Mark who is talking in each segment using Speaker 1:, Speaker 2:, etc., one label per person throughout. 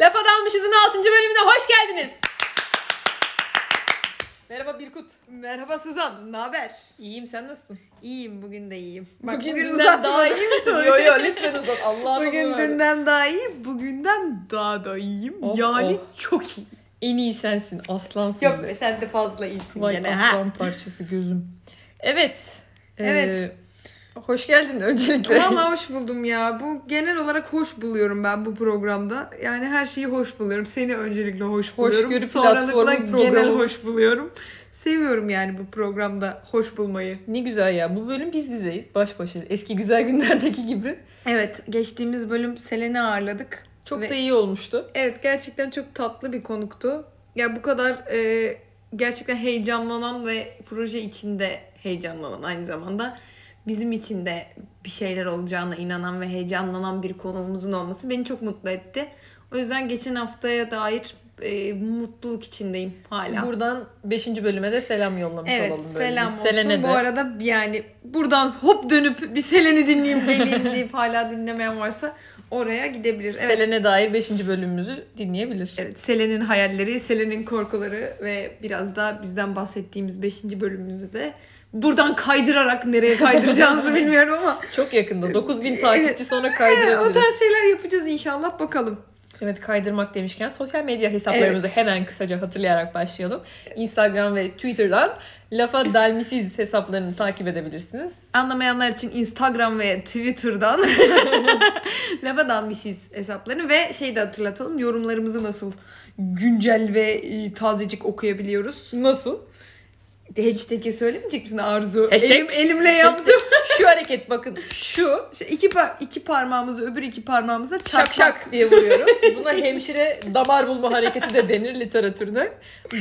Speaker 1: Lafa Dalmışız'ın 6. bölümüne hoş geldiniz. Merhaba Birkut.
Speaker 2: Merhaba Suzan, ne haber?
Speaker 1: İyiyim sen nasılsın?
Speaker 2: İyiyim, bugün de iyiyim.
Speaker 1: bugün, dünden
Speaker 2: uzatmadım.
Speaker 1: daha iyi misin? yo yo lütfen uzat. Allah'ım
Speaker 2: Bugün
Speaker 1: Allah'ım.
Speaker 2: dünden daha iyi, bugünden daha da iyiyim.
Speaker 1: Oh,
Speaker 2: yani
Speaker 1: oh.
Speaker 2: çok iyi.
Speaker 1: En iyi sensin. Aslansın.
Speaker 2: Yok
Speaker 1: be.
Speaker 2: be sen de fazla iyisin
Speaker 1: Vay
Speaker 2: gene ha.
Speaker 1: aslan parçası gözüm. Evet.
Speaker 2: Evet.
Speaker 1: Ee, hoş geldin öncelikle.
Speaker 2: Valla hoş buldum ya. Bu genel olarak hoş buluyorum ben bu programda. Yani her şeyi hoş buluyorum. Seni öncelikle hoş buluyorum.
Speaker 1: Hoşgörü
Speaker 2: Sonralıkla
Speaker 1: platformu
Speaker 2: genel
Speaker 1: programı.
Speaker 2: hoş buluyorum. Seviyorum yani bu programda hoş bulmayı.
Speaker 1: Ne güzel ya. Bu bölüm biz bizeyiz. Baş başa. Eski güzel günlerdeki gibi.
Speaker 2: Evet, geçtiğimiz bölüm Selen'i ağırladık.
Speaker 1: Çok
Speaker 2: Ve-
Speaker 1: da iyi olmuştu.
Speaker 2: Evet gerçekten çok tatlı bir konuktu. Ya bu kadar e, gerçekten heyecanlanan ve proje içinde heyecanlanan aynı zamanda bizim için de bir şeyler olacağına inanan ve heyecanlanan bir konuğumuzun olması beni çok mutlu etti. O yüzden geçen haftaya dair e, mutluluk içindeyim hala.
Speaker 1: Buradan 5. bölüme de selam yollamış
Speaker 2: evet
Speaker 1: olalım. böyle.
Speaker 2: selam
Speaker 1: Biz
Speaker 2: olsun.
Speaker 1: Selene
Speaker 2: Bu
Speaker 1: de.
Speaker 2: arada yani buradan hop dönüp bir Selen'i dinleyeyim geleyim deyip hala dinlemeyen varsa oraya gidebilir. Evet.
Speaker 1: Selene dair 5. bölümümüzü dinleyebilir.
Speaker 2: Evet, Selen'in hayalleri, Selen'in korkuları ve biraz da bizden bahsettiğimiz 5. bölümümüzü de buradan kaydırarak nereye kaydıracağımızı bilmiyorum ama
Speaker 1: Çok
Speaker 2: E,
Speaker 1: yakında. 9000 takipçi sonra kaydırabiliriz.
Speaker 2: o
Speaker 1: Evet,
Speaker 2: tarz şeyler yapacağız inşallah bakalım.
Speaker 1: kaydırmak demişken sosyal medya hesaplarımızı
Speaker 2: Evet.
Speaker 1: hemen kısaca hatırlayarak başlayalım. Instagram ve Twitter'dan Lafa Dalmisiz hesaplarını takip edebilirsiniz.
Speaker 2: Anlamayanlar için Instagram ve Twitter'dan lafa dalmışız hesaplarını ve şey de hatırlatalım yorumlarımızı nasıl güncel ve e, tazecik okuyabiliyoruz.
Speaker 1: Nasıl?
Speaker 2: Hashtag'i söylemeyecek misin Arzu?
Speaker 1: Hashtag-
Speaker 2: Elim, elimle yaptım.
Speaker 1: Şu hareket bakın. Şu
Speaker 2: şey, iki, pa- iki parmağımızı öbür iki parmağımıza
Speaker 1: şak
Speaker 2: çakmak.
Speaker 1: şak diye vuruyoruz. Buna hemşire damar bulma hareketi de denir literatürde.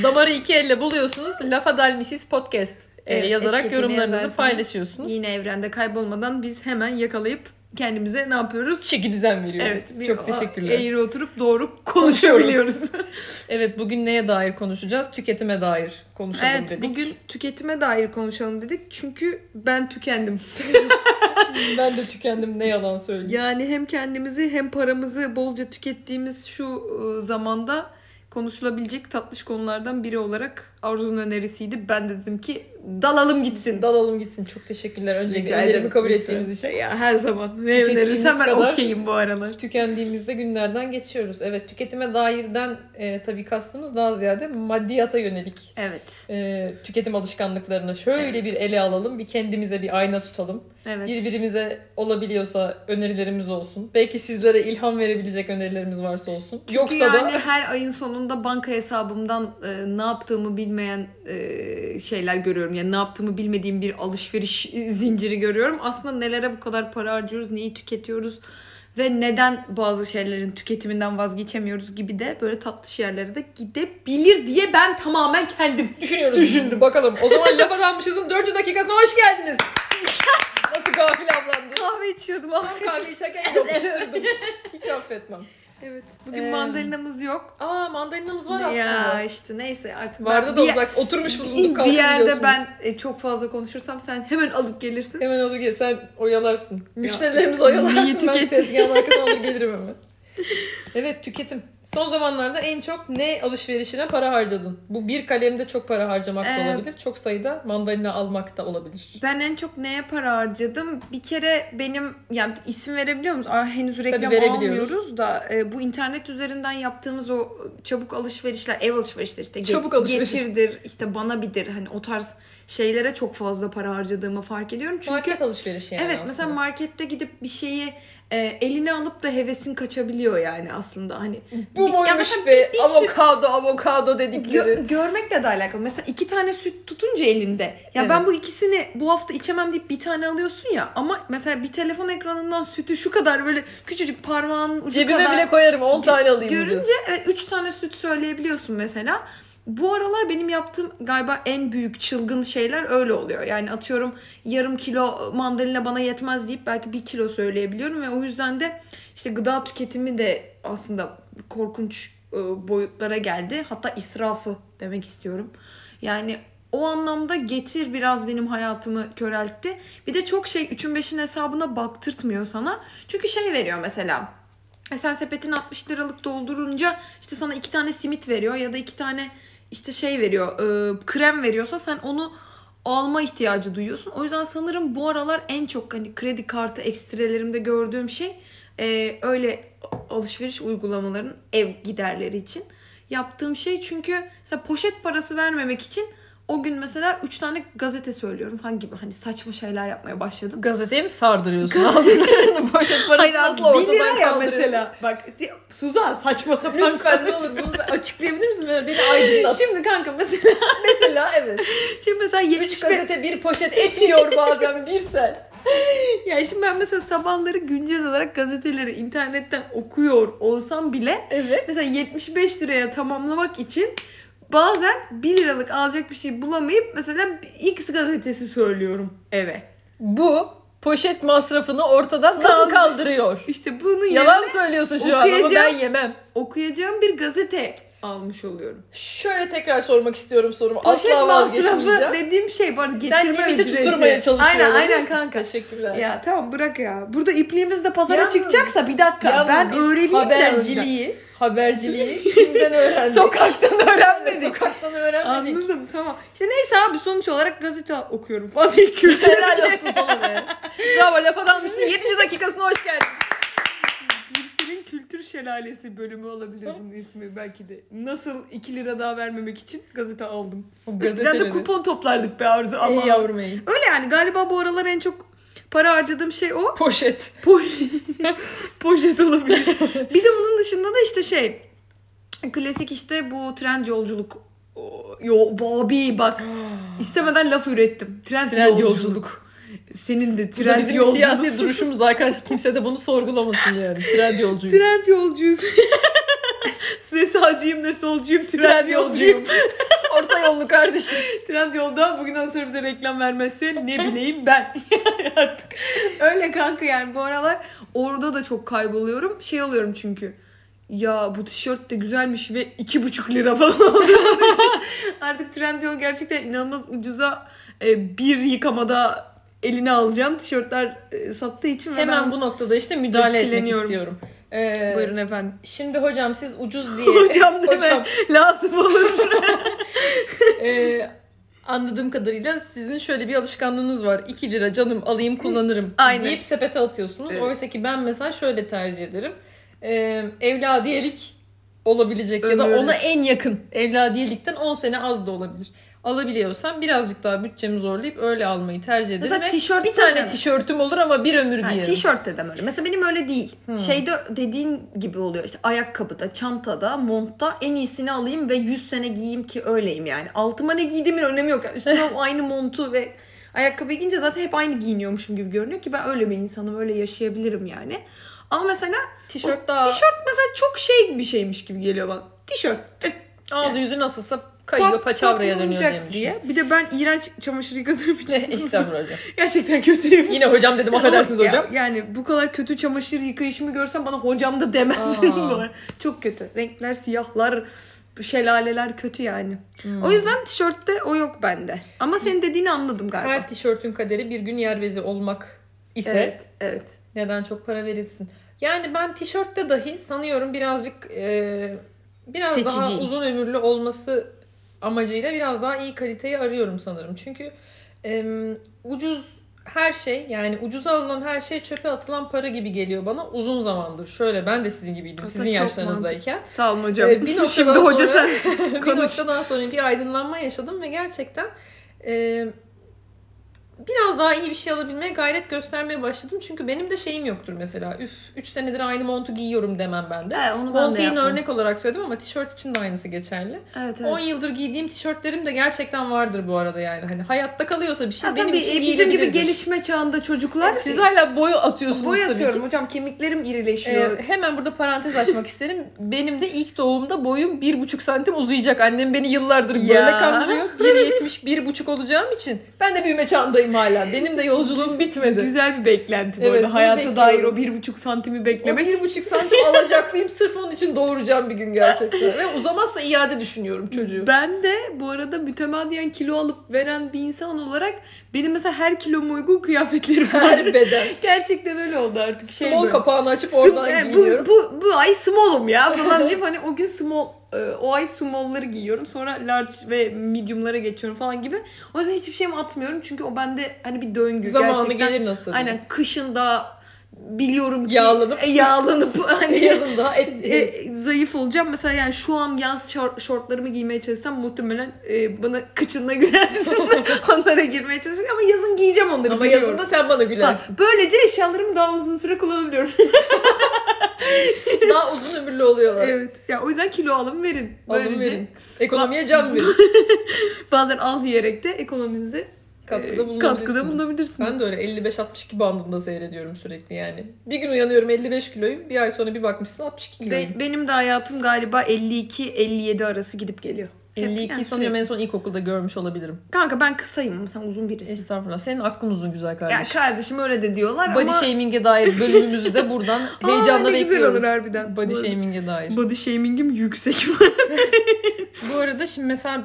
Speaker 1: Damarı iki elle buluyorsunuz. Lafa Dalmisiz Podcast e,
Speaker 2: Evet,
Speaker 1: yazarak
Speaker 2: etiketini
Speaker 1: yorumlarınızı
Speaker 2: yazarsanız
Speaker 1: paylaşıyorsunuz.
Speaker 2: Yine evrende kaybolmadan biz hemen yakalayıp kendimize ne yapıyoruz?
Speaker 1: Çeki düzen veriyoruz.
Speaker 2: bir
Speaker 1: Çok teşekkürler.
Speaker 2: Eğri oturup doğru konuşabiliyoruz.
Speaker 1: Evet bugün neye dair konuşacağız? Tüketime dair konuşalım
Speaker 2: evet
Speaker 1: dedik.
Speaker 2: bugün tüketime dair konuşalım dedik. Çünkü ben tükendim.
Speaker 1: ben de tükendim ne yalan söyleyeyim.
Speaker 2: Yani hem kendimizi hem paramızı bolca tükettiğimiz şu e, zamanda konuşulabilecek tatlış konulardan biri olarak Arzu'nun önerisiydi. Ben de dedim ki dalalım gitsin.
Speaker 1: Dalalım gitsin. Çok teşekkürler öncelikle
Speaker 2: Rica ederim.
Speaker 1: önerimi kabul
Speaker 2: Lütfen.
Speaker 1: ettiğiniz için.
Speaker 2: Ya her zaman ne
Speaker 1: Tükettiğimiz
Speaker 2: önerirsen ben
Speaker 1: kadar-
Speaker 2: okeyim bu aralar.
Speaker 1: Tükendiğimizde günlerden geçiyoruz. Evet tüketime dairden e, tabii kastımız daha ziyade maddiyata yönelik
Speaker 2: Evet.
Speaker 1: e, tüketim alışkanlıklarını şöyle bir ele alalım. Bir kendimize bir ayna tutalım.
Speaker 2: Evet.
Speaker 1: Birbirimize olabiliyorsa önerilerimiz olsun. Belki sizlere ilham verebilecek önerilerimiz varsa olsun. Yoksa
Speaker 2: Çünkü yani
Speaker 1: da
Speaker 2: her ayın sonunda banka hesabımdan e, ne yaptığımı bilmeyen e, şeyler görüyorum. Yani ne yaptığımı bilmediğim bir alışveriş e, zinciri görüyorum. Aslında nelere bu kadar para harcıyoruz, neyi tüketiyoruz ve neden bazı şeylerin tüketiminden vazgeçemiyoruz gibi de böyle tatlış yerlere de gidebilir diye ben tamamen kendim
Speaker 1: düşünüyoruz. Düşündüm. Bakalım. O zaman lafa dalmışızın 4. dakikasına hoş geldiniz. Nasıl gafil avlandı.
Speaker 2: kahve içiyordum.
Speaker 1: Kahve içerken yapıştırdım. Hiç affetmem.
Speaker 2: evet. Bugün
Speaker 1: Ee,
Speaker 2: mandalinamız yok.
Speaker 1: Aa mandalinamız var aslında.
Speaker 2: Ya işte neyse artık
Speaker 1: Vardı
Speaker 2: ben
Speaker 1: da
Speaker 2: bir-
Speaker 1: uzak. Oturmuş bulunduk.
Speaker 2: bir
Speaker 1: kalkın
Speaker 2: yerde
Speaker 1: diyorsun.
Speaker 2: ben e, çok fazla konuşursam sen hemen alıp gelirsin.
Speaker 1: Hemen olur gel sen oyalarsın. Müşterilerimizi oyalarsın.
Speaker 2: Niye
Speaker 1: ben
Speaker 2: tüketin?
Speaker 1: tezgahın arkasına alır gelirim hemen. Evet tüketim. Son zamanlarda en çok ne alışverişine para harcadın? Bu bir kalemde çok para harcamak da
Speaker 2: Ee,
Speaker 1: olabilir. Çok sayıda mandalina almak da olabilir.
Speaker 2: Ben en çok neye para harcadım? Bir kere benim yani isim verebiliyor muyuz? Aa, henüz reklam
Speaker 1: verebiliyoruz.
Speaker 2: almıyoruz da e, bu internet üzerinden yaptığımız o çabuk alışverişler, ev alışverişleri işte get-
Speaker 1: Çabuk alışveriş.
Speaker 2: getirdir, işte bana bidir hani o tarz şeylere çok fazla para harcadığımı fark ediyorum. Çünkü
Speaker 1: Market alışverişi yani
Speaker 2: evet
Speaker 1: aslında.
Speaker 2: mesela markette gidip bir şeyi e, eline alıp da hevesin kaçabiliyor yani aslında hani
Speaker 1: bu
Speaker 2: bir- ya mesela
Speaker 1: boymuş be
Speaker 2: bir sürü-
Speaker 1: avokado avokado dedikleri.
Speaker 2: Gö- görmekle de alakalı. Mesela iki tane süt tutunca elinde. Ya
Speaker 1: Evet.
Speaker 2: ben bu ikisini bu hafta içemem deyip bir tane alıyorsun ya. Ama mesela bir telefon ekranından sütü şu kadar böyle küçücük parmağın ucu
Speaker 1: Cebime
Speaker 2: kadar
Speaker 1: bile koyarım 10 tane alayım
Speaker 2: görünce
Speaker 1: diyorsun.
Speaker 2: evet, üç tane süt söyleyebiliyorsun mesela. Bu aralar benim yaptığım galiba en büyük çılgın şeyler öyle oluyor. Yani atıyorum yarım kilo mandalina bana yetmez deyip belki bir kilo söyleyebiliyorum ve o yüzden de işte gıda tüketimi de aslında korkunç e, boyutlara geldi. Hatta israfı demek istiyorum. Yani o anlamda getir biraz benim hayatımı köreltti. Bir de çok şey üçün beşin hesabına baktırtmıyor sana. Çünkü şey veriyor mesela E sen sepetini 60 liralık doldurunca işte sana iki tane simit veriyor ya da iki tane işte şey veriyor e, krem veriyorsa sen onu alma ihtiyacı duyuyorsun. O yüzden sanırım bu aralar en çok hani kredi kartı ekstrelerimde gördüğüm şey e, öyle alışveriş uygulamalarının ev giderleri için yaptığım şey çünkü mesela poşet parası vermemek için o gün mesela 3 tane gazete söylüyorum falan gibi hani saçma şeyler yapmaya başladım.
Speaker 1: Gazeteye mi sardırıyorsun? Aldıklarını poşet parası
Speaker 2: Hayır
Speaker 1: nasıl
Speaker 2: abi 1
Speaker 1: ortadan
Speaker 2: lira ya
Speaker 1: kaldırıyorsun?
Speaker 2: mesela. Bak Suzan saçma sapan
Speaker 1: Lütfen ne olur bunu bir açıklayabilir misin? Beni, beni aydınlat.
Speaker 2: Şimdi kanka mesela
Speaker 1: mesela evet.
Speaker 2: şimdi mesela
Speaker 1: 3
Speaker 2: 70
Speaker 1: gazete bir poşet etmiyor bazen bir sen.
Speaker 2: ya şimdi ben mesela sabahları güncel olarak gazeteleri internetten okuyor olsam bile
Speaker 1: Evet.
Speaker 2: mesela 75 liraya tamamlamak için bazen 1 liralık alacak bir şey bulamayıp mesela X gazetesi söylüyorum eve.
Speaker 1: Bu poşet masrafını ortadan nasıl
Speaker 2: Kaldı.
Speaker 1: kaldırıyor?
Speaker 2: İşte bunun
Speaker 1: Yalan
Speaker 2: yerine
Speaker 1: söylüyorsun şu an ama ben
Speaker 2: okuyacağım.
Speaker 1: yemem.
Speaker 2: okuyacağım bir gazete almış oluyorum.
Speaker 1: Şöyle tekrar sormak istiyorum sorumu.
Speaker 2: Poşet
Speaker 1: Asla
Speaker 2: masrafı
Speaker 1: vazgeçmeyeceğim.
Speaker 2: dediğim şey bu arada
Speaker 1: Sen
Speaker 2: getirme
Speaker 1: limiti
Speaker 2: ücreti.
Speaker 1: tutturmaya çalışıyorsun.
Speaker 2: Aynen aynen
Speaker 1: Neyse.
Speaker 2: kanka.
Speaker 1: Teşekkürler.
Speaker 2: Ya tamam bırak ya. Burada ipliğimiz de pazara
Speaker 1: Yalnız-
Speaker 2: çıkacaksa bir dakika
Speaker 1: Yalnız
Speaker 2: ben
Speaker 1: biz
Speaker 2: öğreneyim de önden.
Speaker 1: haberciliği, haberciliği kimden öğrendik?
Speaker 2: Sokaktan öğrenmedik.
Speaker 1: Sokaktan öğrenmedik.
Speaker 2: Anladım tamam. İşte neyse abi sonuç olarak gazete okuyorum falan diye kültür.
Speaker 1: Helal olsun sana be. Bravo lafa dalmışsın. 7. dakikasına hoş geldin.
Speaker 2: Birsel'in kültür şelalesi bölümü olabilir bunun ismi belki de. Nasıl 2 lira daha vermemek için gazete aldım. Eskiden de
Speaker 1: Gazeteleri.
Speaker 2: kupon toplardık be Arzu ama.
Speaker 1: İyi yavrum iyi.
Speaker 2: Öyle yani galiba bu aralar en çok para harcadığım şey o.
Speaker 1: Poşet.
Speaker 2: Po- Poşet olabilir. bir de bunun dışında da işte şey klasik işte bu trend yolculuk O- Yo, Bobby bak istemeden laf ürettim. Trend,
Speaker 1: Trend
Speaker 2: yolculuk.
Speaker 1: yolculuk.
Speaker 2: Senin de
Speaker 1: Bu da
Speaker 2: trend
Speaker 1: bizim
Speaker 2: yolculuk.
Speaker 1: siyasi duruşumuz arkadaş. Kimse de bunu sorgulamasın yani. Trend yolcuyuz.
Speaker 2: Trend yolcuyuz. Size sağcıyım ne solcuyum trend,
Speaker 1: Trend
Speaker 2: yolcuyum.
Speaker 1: yolcuyum. Orta yollu kardeşim.
Speaker 2: Trend yolda bugünden sonra bize reklam vermezse ne bileyim ben. Artık öyle kanka yani bu aralar orada da çok kayboluyorum. Şey oluyorum çünkü. Ya bu tişört de güzelmiş ve iki buçuk lira falan olduğu için artık trend yol gerçekten inanılmaz ucuza e, bir yıkamada eline alacağım tişörtler e, sattığı için ve
Speaker 1: Hemen
Speaker 2: ben
Speaker 1: bu noktada işte müdahale etmek
Speaker 2: Etkileniyorum.
Speaker 1: istiyorum. Ee,
Speaker 2: buyurun efendim.
Speaker 1: Şimdi hocam siz ucuz diye
Speaker 2: Hocam deme lazım olur.
Speaker 1: Ee, anladığım kadarıyla sizin şöyle bir alışkanlığınız var. 2 lira canım alayım kullanırım
Speaker 2: Aynen.
Speaker 1: deyip sepete atıyorsunuz.
Speaker 2: Evet.
Speaker 1: Oysa ki ben mesela şöyle tercih ederim. Ee, evladiyelik olabilecek ya da
Speaker 2: Ömürlük.
Speaker 1: ona en yakın evladiyelikten 10 sene az da olabilir. Alabiliyorsam birazcık daha bütçemi zorlayıp öyle almayı tercih ederim.
Speaker 2: Mesela
Speaker 1: ve
Speaker 2: tişört
Speaker 1: bir tane
Speaker 2: zaten-
Speaker 1: tişörtüm olur ama bir ömür
Speaker 2: Ha,
Speaker 1: giyerim.
Speaker 2: tişört de demem öyle. Mesela benim öyle değil. Şeyde dediğin gibi oluyor işte ayakkabıda, çantada, montta en iyisini alayım ve 100 sene giyeyim ki öyleyim yani. Altıma ne giydiğimin önemi yok. Yani üstüme o aynı montu ve ayakkabıyı giyince zaten hep aynı giyiniyormuşum gibi görünüyor ki ben öyle bir insanım. Öyle yaşayabilirim yani. Ama mesela
Speaker 1: tişört
Speaker 2: o
Speaker 1: daha
Speaker 2: tişört mesela çok şey bir şeymiş gibi geliyor bana. Tişört. eh,
Speaker 1: ağzı yüzü nasılsa kayıyor
Speaker 2: pat-
Speaker 1: paçavraya dönüyor
Speaker 2: patlayacak
Speaker 1: diye. diye.
Speaker 2: diye. Bir de ben iğrenç çamaşır yıkadığım için
Speaker 1: Estağfurullah hocam.
Speaker 2: gerçekten kötüyüm.
Speaker 1: Yine hocam dedim affedersiniz
Speaker 2: Ya-
Speaker 1: hocam.
Speaker 2: Yani bu kadar kötü çamaşır yıkayışımı görsen bana hocam da demezsin.
Speaker 1: Aa.
Speaker 2: bu arada. Çok kötü. Renkler, siyahlar, bu şelaleler kötü yani.
Speaker 1: Hmm.
Speaker 2: O yüzden tişörtte o yok bende. Ama senin dediğini anladım galiba.
Speaker 1: Her tişörtün kaderi bir gün yer bezi olmak ise
Speaker 2: evet, evet.
Speaker 1: neden çok para verilsin? Yani ben tişörtte dahi sanıyorum birazcık e, biraz daha
Speaker 2: Seçiciyim.
Speaker 1: uzun ömürlü olması amacıyla biraz daha iyi kaliteyi arıyorum sanırım. Çünkü e, ucuz her şey yani ucuza alınan her şey çöpe atılan para gibi geliyor bana uzun zamandır. Şöyle ben de sizin gibiydim
Speaker 2: Aslında
Speaker 1: sizin
Speaker 2: çok
Speaker 1: yaşlarınızdayken.
Speaker 2: Sağ olun hocam.
Speaker 1: Ee, bir noktadan
Speaker 2: Şimdi hoca
Speaker 1: sonra-
Speaker 2: sen
Speaker 1: bir
Speaker 2: konuş.
Speaker 1: noktadan sonra bir aydınlanma yaşadım ve gerçekten e, biraz daha iyi bir şey alabilmeye gayret göstermeye başladım. Çünkü benim de şeyim yoktur mesela. Üf 3 senedir aynı montu giyiyorum demem ben de.
Speaker 2: He, onu ben de
Speaker 1: Montu yine
Speaker 2: yapmam.
Speaker 1: örnek olarak söyledim ama tişört için de aynısı geçerli.
Speaker 2: Evet,
Speaker 1: 10
Speaker 2: evet.
Speaker 1: yıldır giydiğim tişörtlerim de gerçekten vardır bu arada yani. Hani hayatta kalıyorsa bir şey
Speaker 2: Ha,
Speaker 1: benim
Speaker 2: tabii,
Speaker 1: için
Speaker 2: e, bizim gibi
Speaker 1: giyilebilirdir.
Speaker 2: gelişme çağında çocuklar
Speaker 1: Siz hala boy atıyorsunuz
Speaker 2: boy
Speaker 1: tabii ki.
Speaker 2: atıyorum hocam kemiklerim irileşiyor.
Speaker 1: Ee, hemen burada parantez açmak isterim. Benim de ilk doğumda boyum bir buçuk santim uzayacak. Annem beni yıllardır böyle
Speaker 2: Ya.
Speaker 1: kandırıyor. 1.70 bir buçuk olacağım için ben de büyüme çağındayım hala. Benim de yolculuğum bitmedi.
Speaker 2: Güzel bir beklenti bu
Speaker 1: Evet,
Speaker 2: arada.
Speaker 1: bunu
Speaker 2: Hayata
Speaker 1: bekliyorum.
Speaker 2: dair o bir buçuk santimi
Speaker 1: O
Speaker 2: beklemek.
Speaker 1: bir buçuk santim alacaklıyım. Sırf onun için doğuracağım bir gün gerçekten. Ve uzamazsa iade düşünüyorum çocuğu.
Speaker 2: Ben de bu arada mütemadiyen kilo alıp veren bir insan olarak benim mesela her kiloma uygun kıyafetlerim var.
Speaker 1: Her beden.
Speaker 2: Gerçekten öyle oldu artık. Şey
Speaker 1: Small
Speaker 2: böyle.
Speaker 1: kapağını açıp
Speaker 2: Sim-
Speaker 1: oradan
Speaker 2: e,
Speaker 1: giyiniyorum.
Speaker 2: bu, bu, bu ay small'um ya falan deyip hani o gün small e, o ay small'ları giyiyorum. Sonra large ve medium'lara geçiyorum falan gibi. O yüzden hiçbir şeyimi atmıyorum. Çünkü o bende hani bir döngü.
Speaker 1: Zamanı
Speaker 2: Gerçekten
Speaker 1: gelir nasıl? diye.
Speaker 2: Aynen kışın da biliyorum ki
Speaker 1: Yağlanıp.
Speaker 2: e, yağlanıp hani
Speaker 1: Yazın daha et,
Speaker 2: e, e, zayıf olacağım. Mesela yani şu an yaz şor- şortlarımı giymeye çalışsam muhtemelen e, bana kıçınla gülersin. Onlara girmeye çalışıyorum ama yazın giyeceğim onları
Speaker 1: Ama
Speaker 2: biliyorum.
Speaker 1: yazında sen bana
Speaker 2: Bak,
Speaker 1: gülersin.
Speaker 2: böylece eşyalarımı daha uzun süre kullanabiliyorum.
Speaker 1: Daha uzun ömürlü oluyorlar.
Speaker 2: evet. Ya o yüzden kilo alın verin.
Speaker 1: Alın
Speaker 2: Böylece
Speaker 1: verin. Ekonomiye can verin.
Speaker 2: bazen az yiyerek de ekonominize e,
Speaker 1: Katkıda bulunabilirsiniz.
Speaker 2: katkıda bulunabilirsiniz.
Speaker 1: Ben de öyle 55-62 bandında seyrediyorum sürekli yani. Bir gün uyanıyorum 55 kiloyum. Bir ay sonra bir bakmışsın 62 kiloyum.
Speaker 2: Be- benim de hayatım galiba 52-57 arası gidip geliyor. Hep
Speaker 1: 52
Speaker 2: yani
Speaker 1: sanıyorum en son ilkokulda görmüş olabilirim.
Speaker 2: Kanka ben kısayım sen uzun birisin.
Speaker 1: Estağfurullah. Senin aklın uzun güzel
Speaker 2: Ya
Speaker 1: kardeşim.
Speaker 2: kardeşim öyle de diyorlar
Speaker 1: Body
Speaker 2: ama
Speaker 1: shaming'e dair bölümümüzü de buradan
Speaker 2: Aa,
Speaker 1: heyecanla
Speaker 2: ne güzel
Speaker 1: bekliyoruz.
Speaker 2: olur harbiden.
Speaker 1: Body
Speaker 2: Bu arada-
Speaker 1: shaming'e dair.
Speaker 2: Body shaming'im yüksek.
Speaker 1: Bu arada şimdi mesela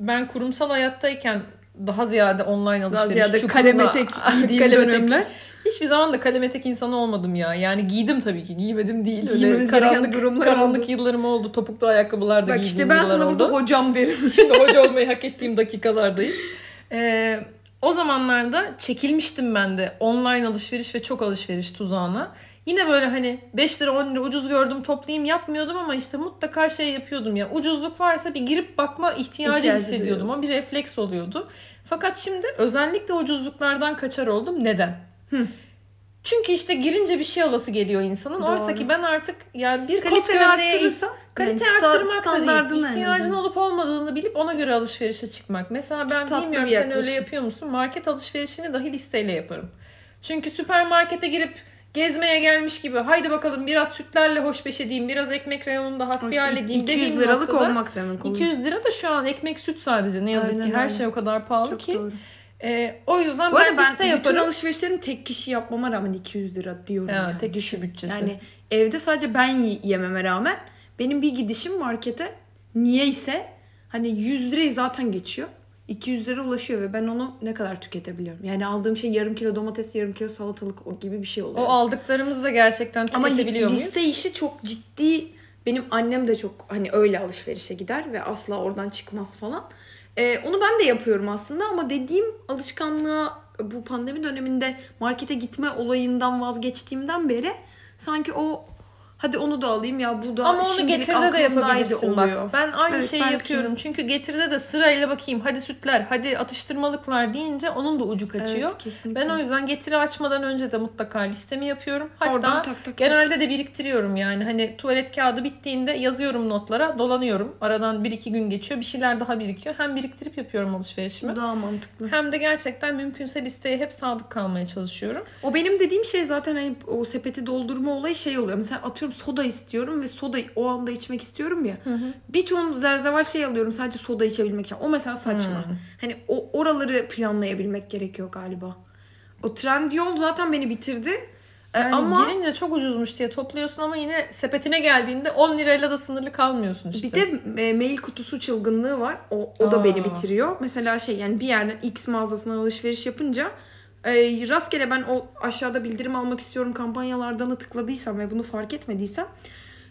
Speaker 1: ben kurumsal hayattayken daha ziyade online
Speaker 2: Daha
Speaker 1: alışveriş.
Speaker 2: ziyade
Speaker 1: çukuruna-
Speaker 2: kaleme tek giydiğim
Speaker 1: Kaleme tek.
Speaker 2: dönemler.
Speaker 1: Hiçbir zaman da kaleme tek insanı olmadım ya. Yani giydim tabii ki. Giymedim değil. Öyle
Speaker 2: Giymemiz gereken
Speaker 1: karanlık,
Speaker 2: durumlar
Speaker 1: karanlık
Speaker 2: oldu.
Speaker 1: yıllarım oldu. Topuklu ayakkabılar da
Speaker 2: Bak
Speaker 1: giydiğim
Speaker 2: işte ben
Speaker 1: yıllar
Speaker 2: sana burada
Speaker 1: oldu.
Speaker 2: hocam derim.
Speaker 1: Şimdi hoca olmayı hak ettiğim dakikalardayız. Ee, o zamanlarda çekilmiştim ben de online alışveriş ve çok alışveriş tuzağına. Yine böyle hani 5 lira 10 lira ucuz gördüm toplayayım yapmıyordum ama işte mutlaka şey yapıyordum ya. Ucuzluk varsa bir girip bakma ihtiyacı
Speaker 2: İhtiyacı
Speaker 1: hissediyordum. O bir refleks oluyordu. Fakat şimdi özellikle ucuzluklardan kaçar oldum. Neden?
Speaker 2: Hı.
Speaker 1: Çünkü işte girince bir şey alası geliyor insanın. Oysa
Speaker 2: Doğru.
Speaker 1: ki ben artık yani bir kot
Speaker 2: Kaliteyi
Speaker 1: gömleğe
Speaker 2: arttırırsan.
Speaker 1: Kalite
Speaker 2: yani sta-
Speaker 1: arttırmak da
Speaker 2: standardını
Speaker 1: değil.
Speaker 2: en
Speaker 1: İhtiyacın
Speaker 2: azından.
Speaker 1: olup olmadığını bilip ona göre alışverişe çıkmak. Mesela ben
Speaker 2: Tatlı
Speaker 1: bilmiyorum
Speaker 2: bir
Speaker 1: sen
Speaker 2: yaklaşım.
Speaker 1: öyle yapıyor musun? Market alışverişini dahi listeyle yaparım. Çünkü süpermarkete girip gezmeye gelmiş gibi haydi bakalım biraz sütlerle hoşbeş edeyim, biraz ekmek reyonunda hasbihal edeyim
Speaker 2: İşte 200
Speaker 1: dediğim
Speaker 2: liralık
Speaker 1: noktada-
Speaker 2: olmak demek oluyor.
Speaker 1: 200 lira da şu an ekmek süt sadece ne yazık
Speaker 2: Aynen
Speaker 1: ki her
Speaker 2: öyle.
Speaker 1: şey o kadar pahalı
Speaker 2: Çok
Speaker 1: ki.
Speaker 2: doğru.
Speaker 1: Ee, o yüzden
Speaker 2: Bu
Speaker 1: ben,
Speaker 2: arada ben
Speaker 1: liste
Speaker 2: bütün
Speaker 1: yaparım.
Speaker 2: alışverişlerimi tek kişi yapmama rağmen 200 lira diyorum.
Speaker 1: Ha,
Speaker 2: yani.
Speaker 1: tek kişi bütçesi.
Speaker 2: Yani evde sadece ben y- yememe rağmen benim bir gidişim markete niyeyse hani 100 lirayı zaten geçiyor. 200 lira ulaşıyor ve ben onu ne kadar tüketebiliyorum? Yani aldığım şey yarım kilo domates, yarım kilo salatalık o gibi bir şey oluyor.
Speaker 1: o aldıklarımızı da gerçekten
Speaker 2: Ama li-
Speaker 1: tüketebiliyor muyuz?
Speaker 2: liste işi çok ciddi. Benim annem de çok hani öyle alışverişe gider ve asla oradan çıkmaz falan. Ee, onu ben de yapıyorum aslında ama dediğim alışkanlığa bu pandemi döneminde markete gitme olayından vazgeçtiğimden beri sanki o hadi onu da alayım ya bu da
Speaker 1: Ama onu
Speaker 2: şimdilik
Speaker 1: getirde de
Speaker 2: aklımdaydı
Speaker 1: yapabilirsin bak.
Speaker 2: oluyor.
Speaker 1: Ben aynı
Speaker 2: Evet,
Speaker 1: şeyi
Speaker 2: belki.
Speaker 1: yapıyorum. Çünkü getirde de sırayla bakayım hadi sütler, hadi atıştırmalıklar deyince onun da ucu kaçıyor.
Speaker 2: Evet, kesinlikle.
Speaker 1: Ben o yüzden getiri açmadan önce de mutlaka listemi yapıyorum. Hatta
Speaker 2: Oradan tak tak tak.
Speaker 1: genelde de biriktiriyorum yani. Hani tuvalet kağıdı bittiğinde yazıyorum notlara, dolanıyorum. Aradan 1-2 gün geçiyor. Bir şeyler daha birikiyor. Hem biriktirip yapıyorum alışverişimi.
Speaker 2: Bu daha mantıklı.
Speaker 1: Hem de gerçekten mümkünse listeye hep sadık kalmaya çalışıyorum.
Speaker 2: O benim dediğim şey zaten hani o sepeti doldurma olayı şey oluyor. Mesela atıyorum soda istiyorum ve soda o anda içmek istiyorum ya. Bir ton zerzeval şey alıyorum sadece soda içebilmek için. O mesela saçma.
Speaker 1: Hmm.
Speaker 2: Hani o oraları planlayabilmek gerekiyor galiba. O trend yol zaten beni bitirdi. Ee,
Speaker 1: Yani
Speaker 2: ama
Speaker 1: girince çok ucuzmuş diye topluyorsun ama yine sepetine geldiğinde 10 lirayla da sınırlı kalmıyorsun işte.
Speaker 2: bir de e, mail kutusu çılgınlığı var. O, o da beni
Speaker 1: Aa.
Speaker 2: bitiriyor. Mesela şey yani bir yerden X mağazasına alışveriş yapınca e, rastgele ben o aşağıda bildirim almak istiyorum kampanyalardan tıkladıysam ve bunu fark etmediysem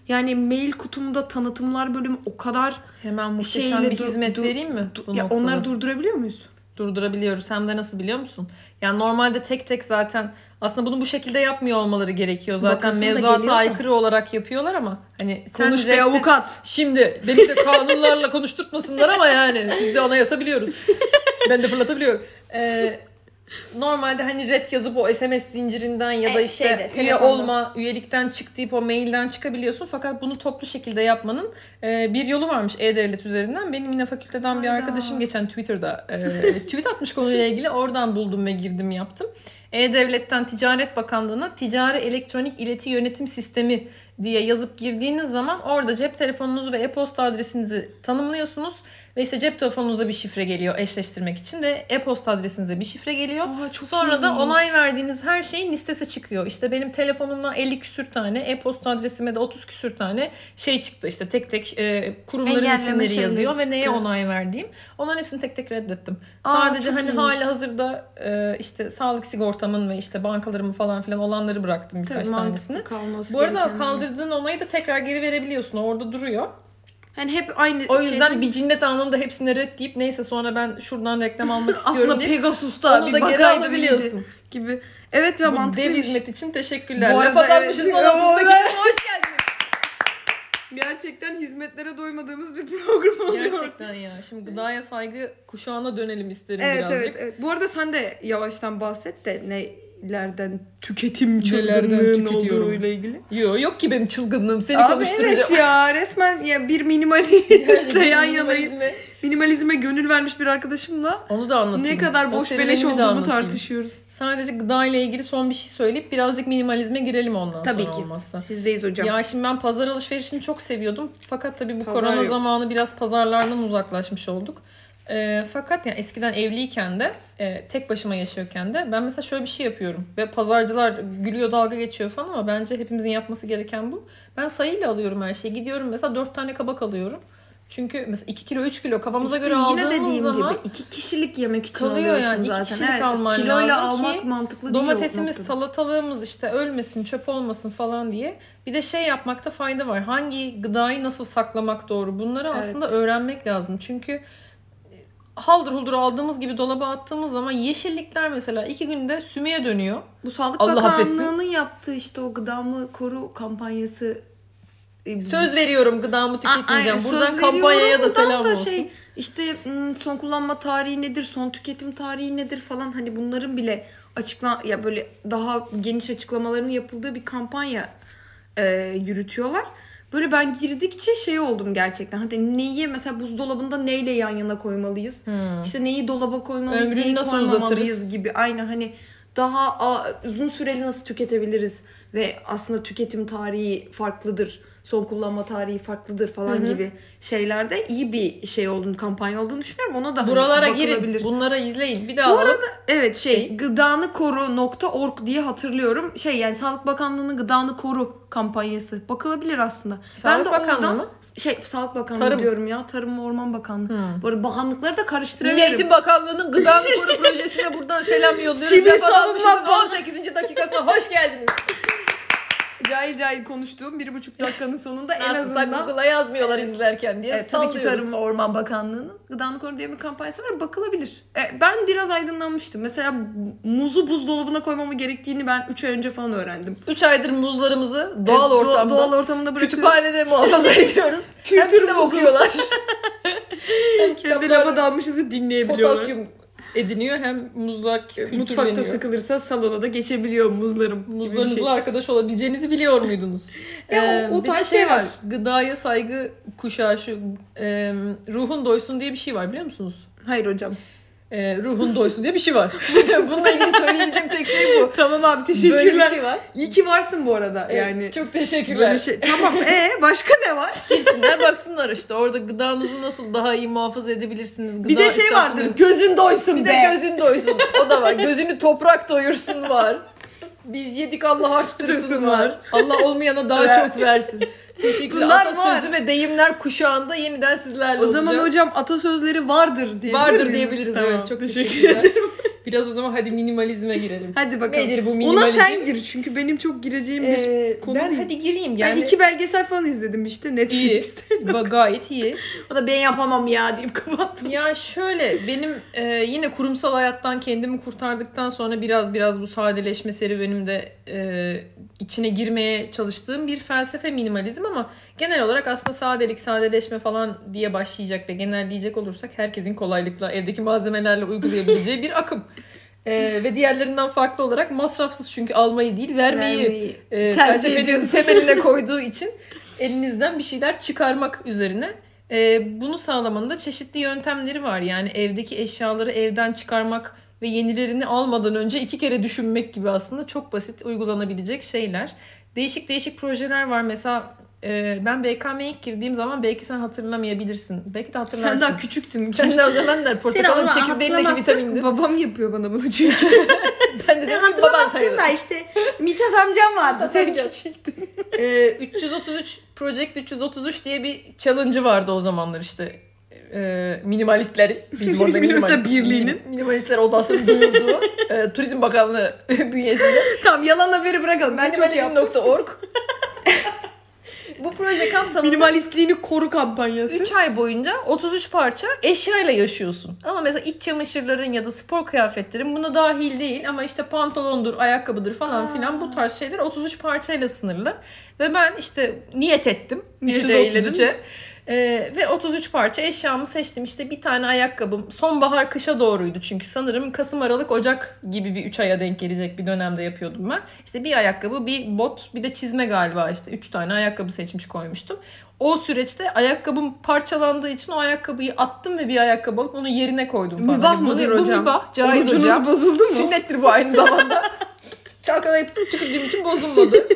Speaker 2: yani mail kutumda tanıtımlar bölümü o kadar
Speaker 1: Hemen muhteşem
Speaker 2: Şeyle
Speaker 1: bir
Speaker 2: dur-
Speaker 1: hizmet
Speaker 2: dur-
Speaker 1: vereyim mi?
Speaker 2: du-
Speaker 1: bu
Speaker 2: ya
Speaker 1: noktada?
Speaker 2: onları durdurabiliyor muyuz?
Speaker 1: durdurabiliyoruz. Hem de nasıl biliyor musun? Yani normalde tek tek zaten aslında bunu bu şekilde yapmıyor olmaları gerekiyor. Zaten
Speaker 2: Bakasın da
Speaker 1: mevzuata
Speaker 2: geliyor da.
Speaker 1: aykırı olarak yapıyorlar ama hani sen
Speaker 2: Konuş
Speaker 1: reddet-
Speaker 2: be avukat.
Speaker 1: Şimdi beni de kanunlarla konuşturtmasınlar ama yani biz de anayasa biliyoruz. Ben de fırlatabiliyorum. Ee, normalde hani red yazıp o SMS zincirinden ya da
Speaker 2: E,
Speaker 1: işte
Speaker 2: şeyde,
Speaker 1: üye
Speaker 2: telefonda.
Speaker 1: olma, üyelikten çık deyip o mailden çıkabiliyorsun. Fakat bunu toplu şekilde yapmanın e, bir yolu varmış E-Devlet üzerinden. Benim yine fakülteden bir
Speaker 2: Hayda.
Speaker 1: arkadaşım geçen Twitter'da e, tweet atmış konuyla ilgili. Oradan buldum ve girdim yaptım. E-Devlet'ten Ticaret Bakanlığı'na ticari elektronik ileti yönetim sistemi diye yazıp girdiğiniz zaman orada cep telefonunuzu ve e-posta adresinizi tanımlıyorsunuz Ve işte cep telefonunuza bir şifre geliyor eşleştirmek için de e-posta adresinize bir şifre geliyor.
Speaker 2: Oha, çok
Speaker 1: Sonra da
Speaker 2: iyiymiş.
Speaker 1: onay verdiğiniz her şeyin listesi çıkıyor. İşte benim telefonumdan 50 küsür tane, e-posta adresime de 30 küsür tane şey çıktı. İşte tek tek e, kurumların
Speaker 2: Engelleme
Speaker 1: isimleri
Speaker 2: şeyleri
Speaker 1: yazıyor ve
Speaker 2: çıktı.
Speaker 1: neye onay verdiğim. Onların hepsini tek tek reddettim.
Speaker 2: Aa,
Speaker 1: Sadece
Speaker 2: çok
Speaker 1: hani
Speaker 2: iyiymiş.
Speaker 1: hala hazırda e, işte sağlık sigortamın ve işte bankalarımın falan filan olanları bıraktım birkaç tanesini.
Speaker 2: kalması
Speaker 1: Bu arada
Speaker 2: gereken şey. yani.
Speaker 1: kaldırdığın onayı da tekrar geri verebiliyorsun. Orada duruyor.
Speaker 2: Hani hep aynı
Speaker 1: O yüzden
Speaker 2: şeyden-
Speaker 1: bir cinnet anında hepsini red deyip neyse sonra ben şuradan reklam almak istiyorum
Speaker 2: aslında
Speaker 1: deyip
Speaker 2: Pegasus'ta
Speaker 1: onu
Speaker 2: bir
Speaker 1: da geri
Speaker 2: bakaydı
Speaker 1: alabiliyorsun.
Speaker 2: miydi gibi. Evet ve
Speaker 1: Bu dev
Speaker 2: mantıklıymış.
Speaker 1: hizmet için teşekkürler.
Speaker 2: Bu
Speaker 1: Laf
Speaker 2: arada
Speaker 1: adammışız
Speaker 2: evet.
Speaker 1: falan.
Speaker 2: Evet.
Speaker 1: Bizdeki- Hoş geldiniz.
Speaker 2: Gerçekten hizmetlere doymadığımız bir program oluyor.
Speaker 1: Gerçekten ya. Şimdi gıdaya saygı kuşağına dönelim isterim
Speaker 2: Evet
Speaker 1: birazcık.
Speaker 2: evet evet. Bu arada sen de yavaştan bahset de nelerden tüketim
Speaker 1: Nelerden
Speaker 2: çılgınlığın
Speaker 1: tüketiyorum?
Speaker 2: olduğuyla ilgili.
Speaker 1: Yo yok ki benim çılgınlığım. Seni
Speaker 2: Abi
Speaker 1: konuşturacağım.
Speaker 2: evet ya resmen ya bir minimalistle yan yanayız.
Speaker 1: Minimalizme.
Speaker 2: Minimalizme gönül vermiş bir arkadaşımla
Speaker 1: Onu da anlatayım.
Speaker 2: ne kadar
Speaker 1: O
Speaker 2: boş
Speaker 1: serüvenimi
Speaker 2: beleş
Speaker 1: de
Speaker 2: olduğumu
Speaker 1: anlatayım.
Speaker 2: tartışıyoruz.
Speaker 1: Sadece gıda ile ilgili son bir şey söyleyip birazcık minimalizme girelim ondan
Speaker 2: Tabii
Speaker 1: sonra
Speaker 2: ki.
Speaker 1: olmazsa.
Speaker 2: Sizdeyiz hocam.
Speaker 1: Ya şimdi ben pazar alışverişini çok seviyordum. Fakat tabii bu
Speaker 2: Pazar
Speaker 1: korona
Speaker 2: yok.
Speaker 1: zamanı biraz pazarlardan uzaklaşmış olduk. Ee, fakat yani eskiden evliyken de e, tek başıma yaşıyorken de ben mesela şöyle bir şey yapıyorum. Ve pazarcılar gülüyor dalga geçiyor falan ama bence hepimizin yapması gereken bu. Ben sayıyla alıyorum her şeyi. Gidiyorum mesela 4 tane kabak alıyorum. Çünkü mesela 2 kilo 3 kilo kafamıza
Speaker 2: İşte
Speaker 1: göre
Speaker 2: yine
Speaker 1: aldığımız
Speaker 2: dediğim
Speaker 1: zaman
Speaker 2: gibi iki kişilik yemek için
Speaker 1: Kalıyor
Speaker 2: alıyorsun
Speaker 1: yani, iki
Speaker 2: zaten.
Speaker 1: kişilik alman
Speaker 2: Kiloyla
Speaker 1: lazım ki
Speaker 2: almak mantıklı değil. o
Speaker 1: Domatesimiz,
Speaker 2: noktada.
Speaker 1: salatalığımız işte ölmesin, çöp olmasın falan diye. Bir de şey yapmakta fayda var. Hangi gıdayı nasıl saklamak doğru? Bunları
Speaker 2: Evet.
Speaker 1: aslında öğrenmek lazım. Çünkü e, haldır huldur aldığımız gibi dolaba attığımız zaman yeşillikler mesela iki günde sümeye dönüyor.
Speaker 2: Bu Sağlık
Speaker 1: Allah affetsin.
Speaker 2: Bakanlığı'nın yaptığı işte o gıdamı koru kampanyası e,
Speaker 1: Söz veriyorum gıdamı tüketmeyeceğim. Buradan kampanyaya da selam olsun.
Speaker 2: Şey, işte m, son kullanma tarihi nedir, son tüketim tarihi nedir falan hani bunların bile açıklan ya böyle daha geniş açıklamaların yapıldığı bir kampanya e, yürütüyorlar. Böyle ben girdikçe şey oldum gerçekten. Hani neyi mesela buzdolabında neyle yan yana koymalıyız?
Speaker 1: Hmm.
Speaker 2: İşte neyi dolaba koymalıyız,
Speaker 1: Ömrünü
Speaker 2: neyi
Speaker 1: nasıl
Speaker 2: koymamalıyız
Speaker 1: uzatırız?
Speaker 2: gibi. Aynı hani daha a, uzun süreli nasıl tüketebiliriz ve aslında tüketim tarihi farklıdır. Son kullanma tarihi farklıdır falan gibi şeylerde iyi bir şey olduğunu, kampanya olduğunu düşünüyorum. Ona da hani
Speaker 1: Buralara
Speaker 2: bakılabilir.
Speaker 1: girin. Bunlara izleyin. Bir
Speaker 2: Bu
Speaker 1: daha alalım.
Speaker 2: arada evet şey
Speaker 1: Şey.
Speaker 2: gıdanı koru.org diye hatırlıyorum. Şey yani Sağlık Bakanlığı'nın gıdanı koru kampanyası. Bakılabilir aslında.
Speaker 1: Sağlık Bakanlığı
Speaker 2: oradan-
Speaker 1: mı?
Speaker 2: Şey Sağlık Bakanlığı
Speaker 1: Tarım.
Speaker 2: diyorum ya. Tarım ve Orman Bakanlığı.
Speaker 1: Hı.
Speaker 2: Bu arada bakanlıkları da
Speaker 1: Hmm. Milli
Speaker 2: karıştırabilirim.
Speaker 1: Eğitim Bakanlığı'nın gıda koru projesine buradan selam yolluyoruz.
Speaker 2: Sivil
Speaker 1: Laf Adammışız'ın
Speaker 2: savunma-
Speaker 1: 18. dakikasına hoş geldiniz.
Speaker 2: Cahil cahil konuştuğum bir buçuk dakikanın sonunda en
Speaker 1: En
Speaker 2: azından
Speaker 1: Google'a yazmıyorlar izlerken diye
Speaker 2: Evet, tabii ki
Speaker 1: sallıyoruz.
Speaker 2: Tarım ve Orman Bakanlığı'nın gıdanı koru diye bir kampanyası var. Bakılabilir. E, ben biraz aydınlanmıştım. Mesela muzu buzdolabına koymamı gerektiğini ben 3 ay önce falan öğrendim.
Speaker 1: Üç aydır muzlarımızı
Speaker 2: E,
Speaker 1: doğal
Speaker 2: do-
Speaker 1: ortamda
Speaker 2: doğal ortamında bırakıyorum.
Speaker 1: kütüphanede muhafaza ediyoruz. Hem
Speaker 2: Kültür
Speaker 1: kitap
Speaker 2: muzu.
Speaker 1: okuyorlar. hem
Speaker 2: Kendi
Speaker 1: kitaplar
Speaker 2: lava dalmışızı dinleyebiliyorlar.
Speaker 1: potasyum ediniyor hem muzlar kültürleniyor.
Speaker 2: Mutfakta sıkılırsa salona da geçebiliyor muzlarım. gibi bir
Speaker 1: Muzlarınızla
Speaker 2: şey.
Speaker 1: arkadaş olabileceğinizi biliyor muydunuz?
Speaker 2: Ya o- o
Speaker 1: bir de
Speaker 2: tarz
Speaker 1: şey
Speaker 2: şey var.
Speaker 1: var. Gıdaya saygı kuşağı şu e, ruhun doysun diye bir şey var biliyor musunuz?
Speaker 2: Hayır hocam.
Speaker 1: E, ruhun doysun diye bir şey var. Bununla ilgili söyleyebileceğim tek şey bu.
Speaker 2: Tamam abi
Speaker 1: Böyle bir
Speaker 2: teşekkürler.
Speaker 1: şey var.
Speaker 2: İyi ki varsın bu arada yani.
Speaker 1: Yani çok
Speaker 2: Böyle
Speaker 1: teşekkürler.
Speaker 2: şey. Tamam e başka ne var?
Speaker 1: Girsinler baksınlar işte orada gıdanızı nasıl daha iyi muhafaza edebilirsiniz. Gıda
Speaker 2: Bir de şey
Speaker 1: israfını-
Speaker 2: vardır. Gözün doysun
Speaker 1: Bir
Speaker 2: be.
Speaker 1: de gözün doysun. O da var. Gözünü toprak doyursun var. Biz yedik Allah arttırsın
Speaker 2: Arttırsın
Speaker 1: var.
Speaker 2: var.
Speaker 1: Allah olmayana daha
Speaker 2: Ver.
Speaker 1: çok versin. Teşekkürler.
Speaker 2: Bunlar
Speaker 1: Atasözü ve deyimler kuşağında yeniden sizlerle
Speaker 2: O zaman
Speaker 1: olacağız.
Speaker 2: hocam atasözleri vardır diye.
Speaker 1: Vardır diyebiliriz. evet, çok teşekkürler. Biraz o zaman hadi minimalizme girelim.
Speaker 2: Hadi bakalım.
Speaker 1: Nedir bu
Speaker 2: Ona
Speaker 1: minimalizm?
Speaker 2: sen gir çünkü benim çok gireceğim bir
Speaker 1: Ee,
Speaker 2: konu
Speaker 1: ben
Speaker 2: değil.
Speaker 1: hadi gireyim
Speaker 2: yani...
Speaker 1: yani.
Speaker 2: iki belgesel falan izledim işte
Speaker 1: iyi.
Speaker 2: Netflix'te.
Speaker 1: Ba- Gayet iyi.
Speaker 2: o da ben yapamam ya deyip kapattım.
Speaker 1: Ya şöyle benim e, yine kurumsal hayattan kendimi kurtardıktan sonra biraz biraz bu sadeleşme serüvenimde e, içine girmeye çalıştığım bir felsefe minimalizm ama genel olarak aslında sadelik sadeleşme falan diye başlayacak ve genelleyecek olursak herkesin kolaylıkla evdeki malzemelerle uygulayabileceği bir akım. E, ve diğerlerinden farklı olarak masrafsız çünkü almayı değil vermeyi e,
Speaker 2: Tercih
Speaker 1: felsefenin
Speaker 2: ediyorsun.
Speaker 1: temeline koyduğu için elinizden bir şeyler çıkarmak üzerine. E, bunu sağlamanın da çeşitli yöntemleri var. Yani evdeki eşyaları evden çıkarmak ve yenilerini almadan önce iki kere düşünmek gibi aslında çok basit uygulanabilecek şeyler. Değişik değişik projeler var. Mesela e, e, ben BKM'ye ilk girdiğim zaman belki sen hatırlamayabilirsin. Belki de hatırlarsın.
Speaker 2: Sen daha küçüktün.
Speaker 1: Sen de o zamanlar portakalın
Speaker 2: Sen
Speaker 1: çekirdeğindeki
Speaker 2: hatırlamazsın.
Speaker 1: vitamindi.
Speaker 2: Babam yapıyor bana bunu çünkü.
Speaker 1: Ben de
Speaker 2: Sen
Speaker 1: senin baban
Speaker 2: hatırlamazsın
Speaker 1: sayılır.
Speaker 2: da işte. Mithat amcam vardı. Sen
Speaker 1: Amcam.
Speaker 2: küçüktün.
Speaker 1: Ee, 333 Project 333 diye bir challenge'ı vardı o zamanlar işte. Ee, minimalistlerin bizim orada
Speaker 2: Minimalistler
Speaker 1: minimalist-
Speaker 2: Birliği'nin.
Speaker 1: minimalistler odasının duyurduğu e, Turizm Bakanlığı bünyesinde
Speaker 2: tamam yalan haberi bırakalım. Ben çok yaptım.
Speaker 1: minimalizm.org Bu proje kapsamında
Speaker 2: Minimalistliğini koru kampanyası.
Speaker 1: 3 ay boyunca 33 parça eşyayla yaşıyorsun. Ama mesela iç çamaşırların ya da spor kıyafetlerin buna dahil değil ama işte pantolondur, ayakkabıdır falan
Speaker 2: Aa.
Speaker 1: filan bu tarz şeyler 33 parçayla sınırlı. Ve ben işte niyet ettim.
Speaker 2: Niyet
Speaker 1: 333'e. Ee, ve 33 parça eşyamı seçtim. İşte bir tane ayakkabım sonbahar kışa doğruydu çünkü sanırım Kasım Aralık Ocak gibi bir 3 aya denk gelecek bir dönemde yapıyordum ben. İşte bir ayakkabı, bir bot, bir de çizme galiba işte 3 tane ayakkabı seçmiş koymuştum. O süreçte ayakkabım parçalandığı için o ayakkabıyı attım ve bir ayakkabı alıp onu yerine koydum falan.
Speaker 2: Mübah
Speaker 1: Hani bunu-
Speaker 2: mıdır
Speaker 1: bu
Speaker 2: hocam?
Speaker 1: mübah, caiz
Speaker 2: Orucunuz
Speaker 1: hocam.
Speaker 2: bozuldu mu?
Speaker 1: Sünnettir bu aynı zamanda. Çalkalayıp tükürdüğüm için bozulmadı.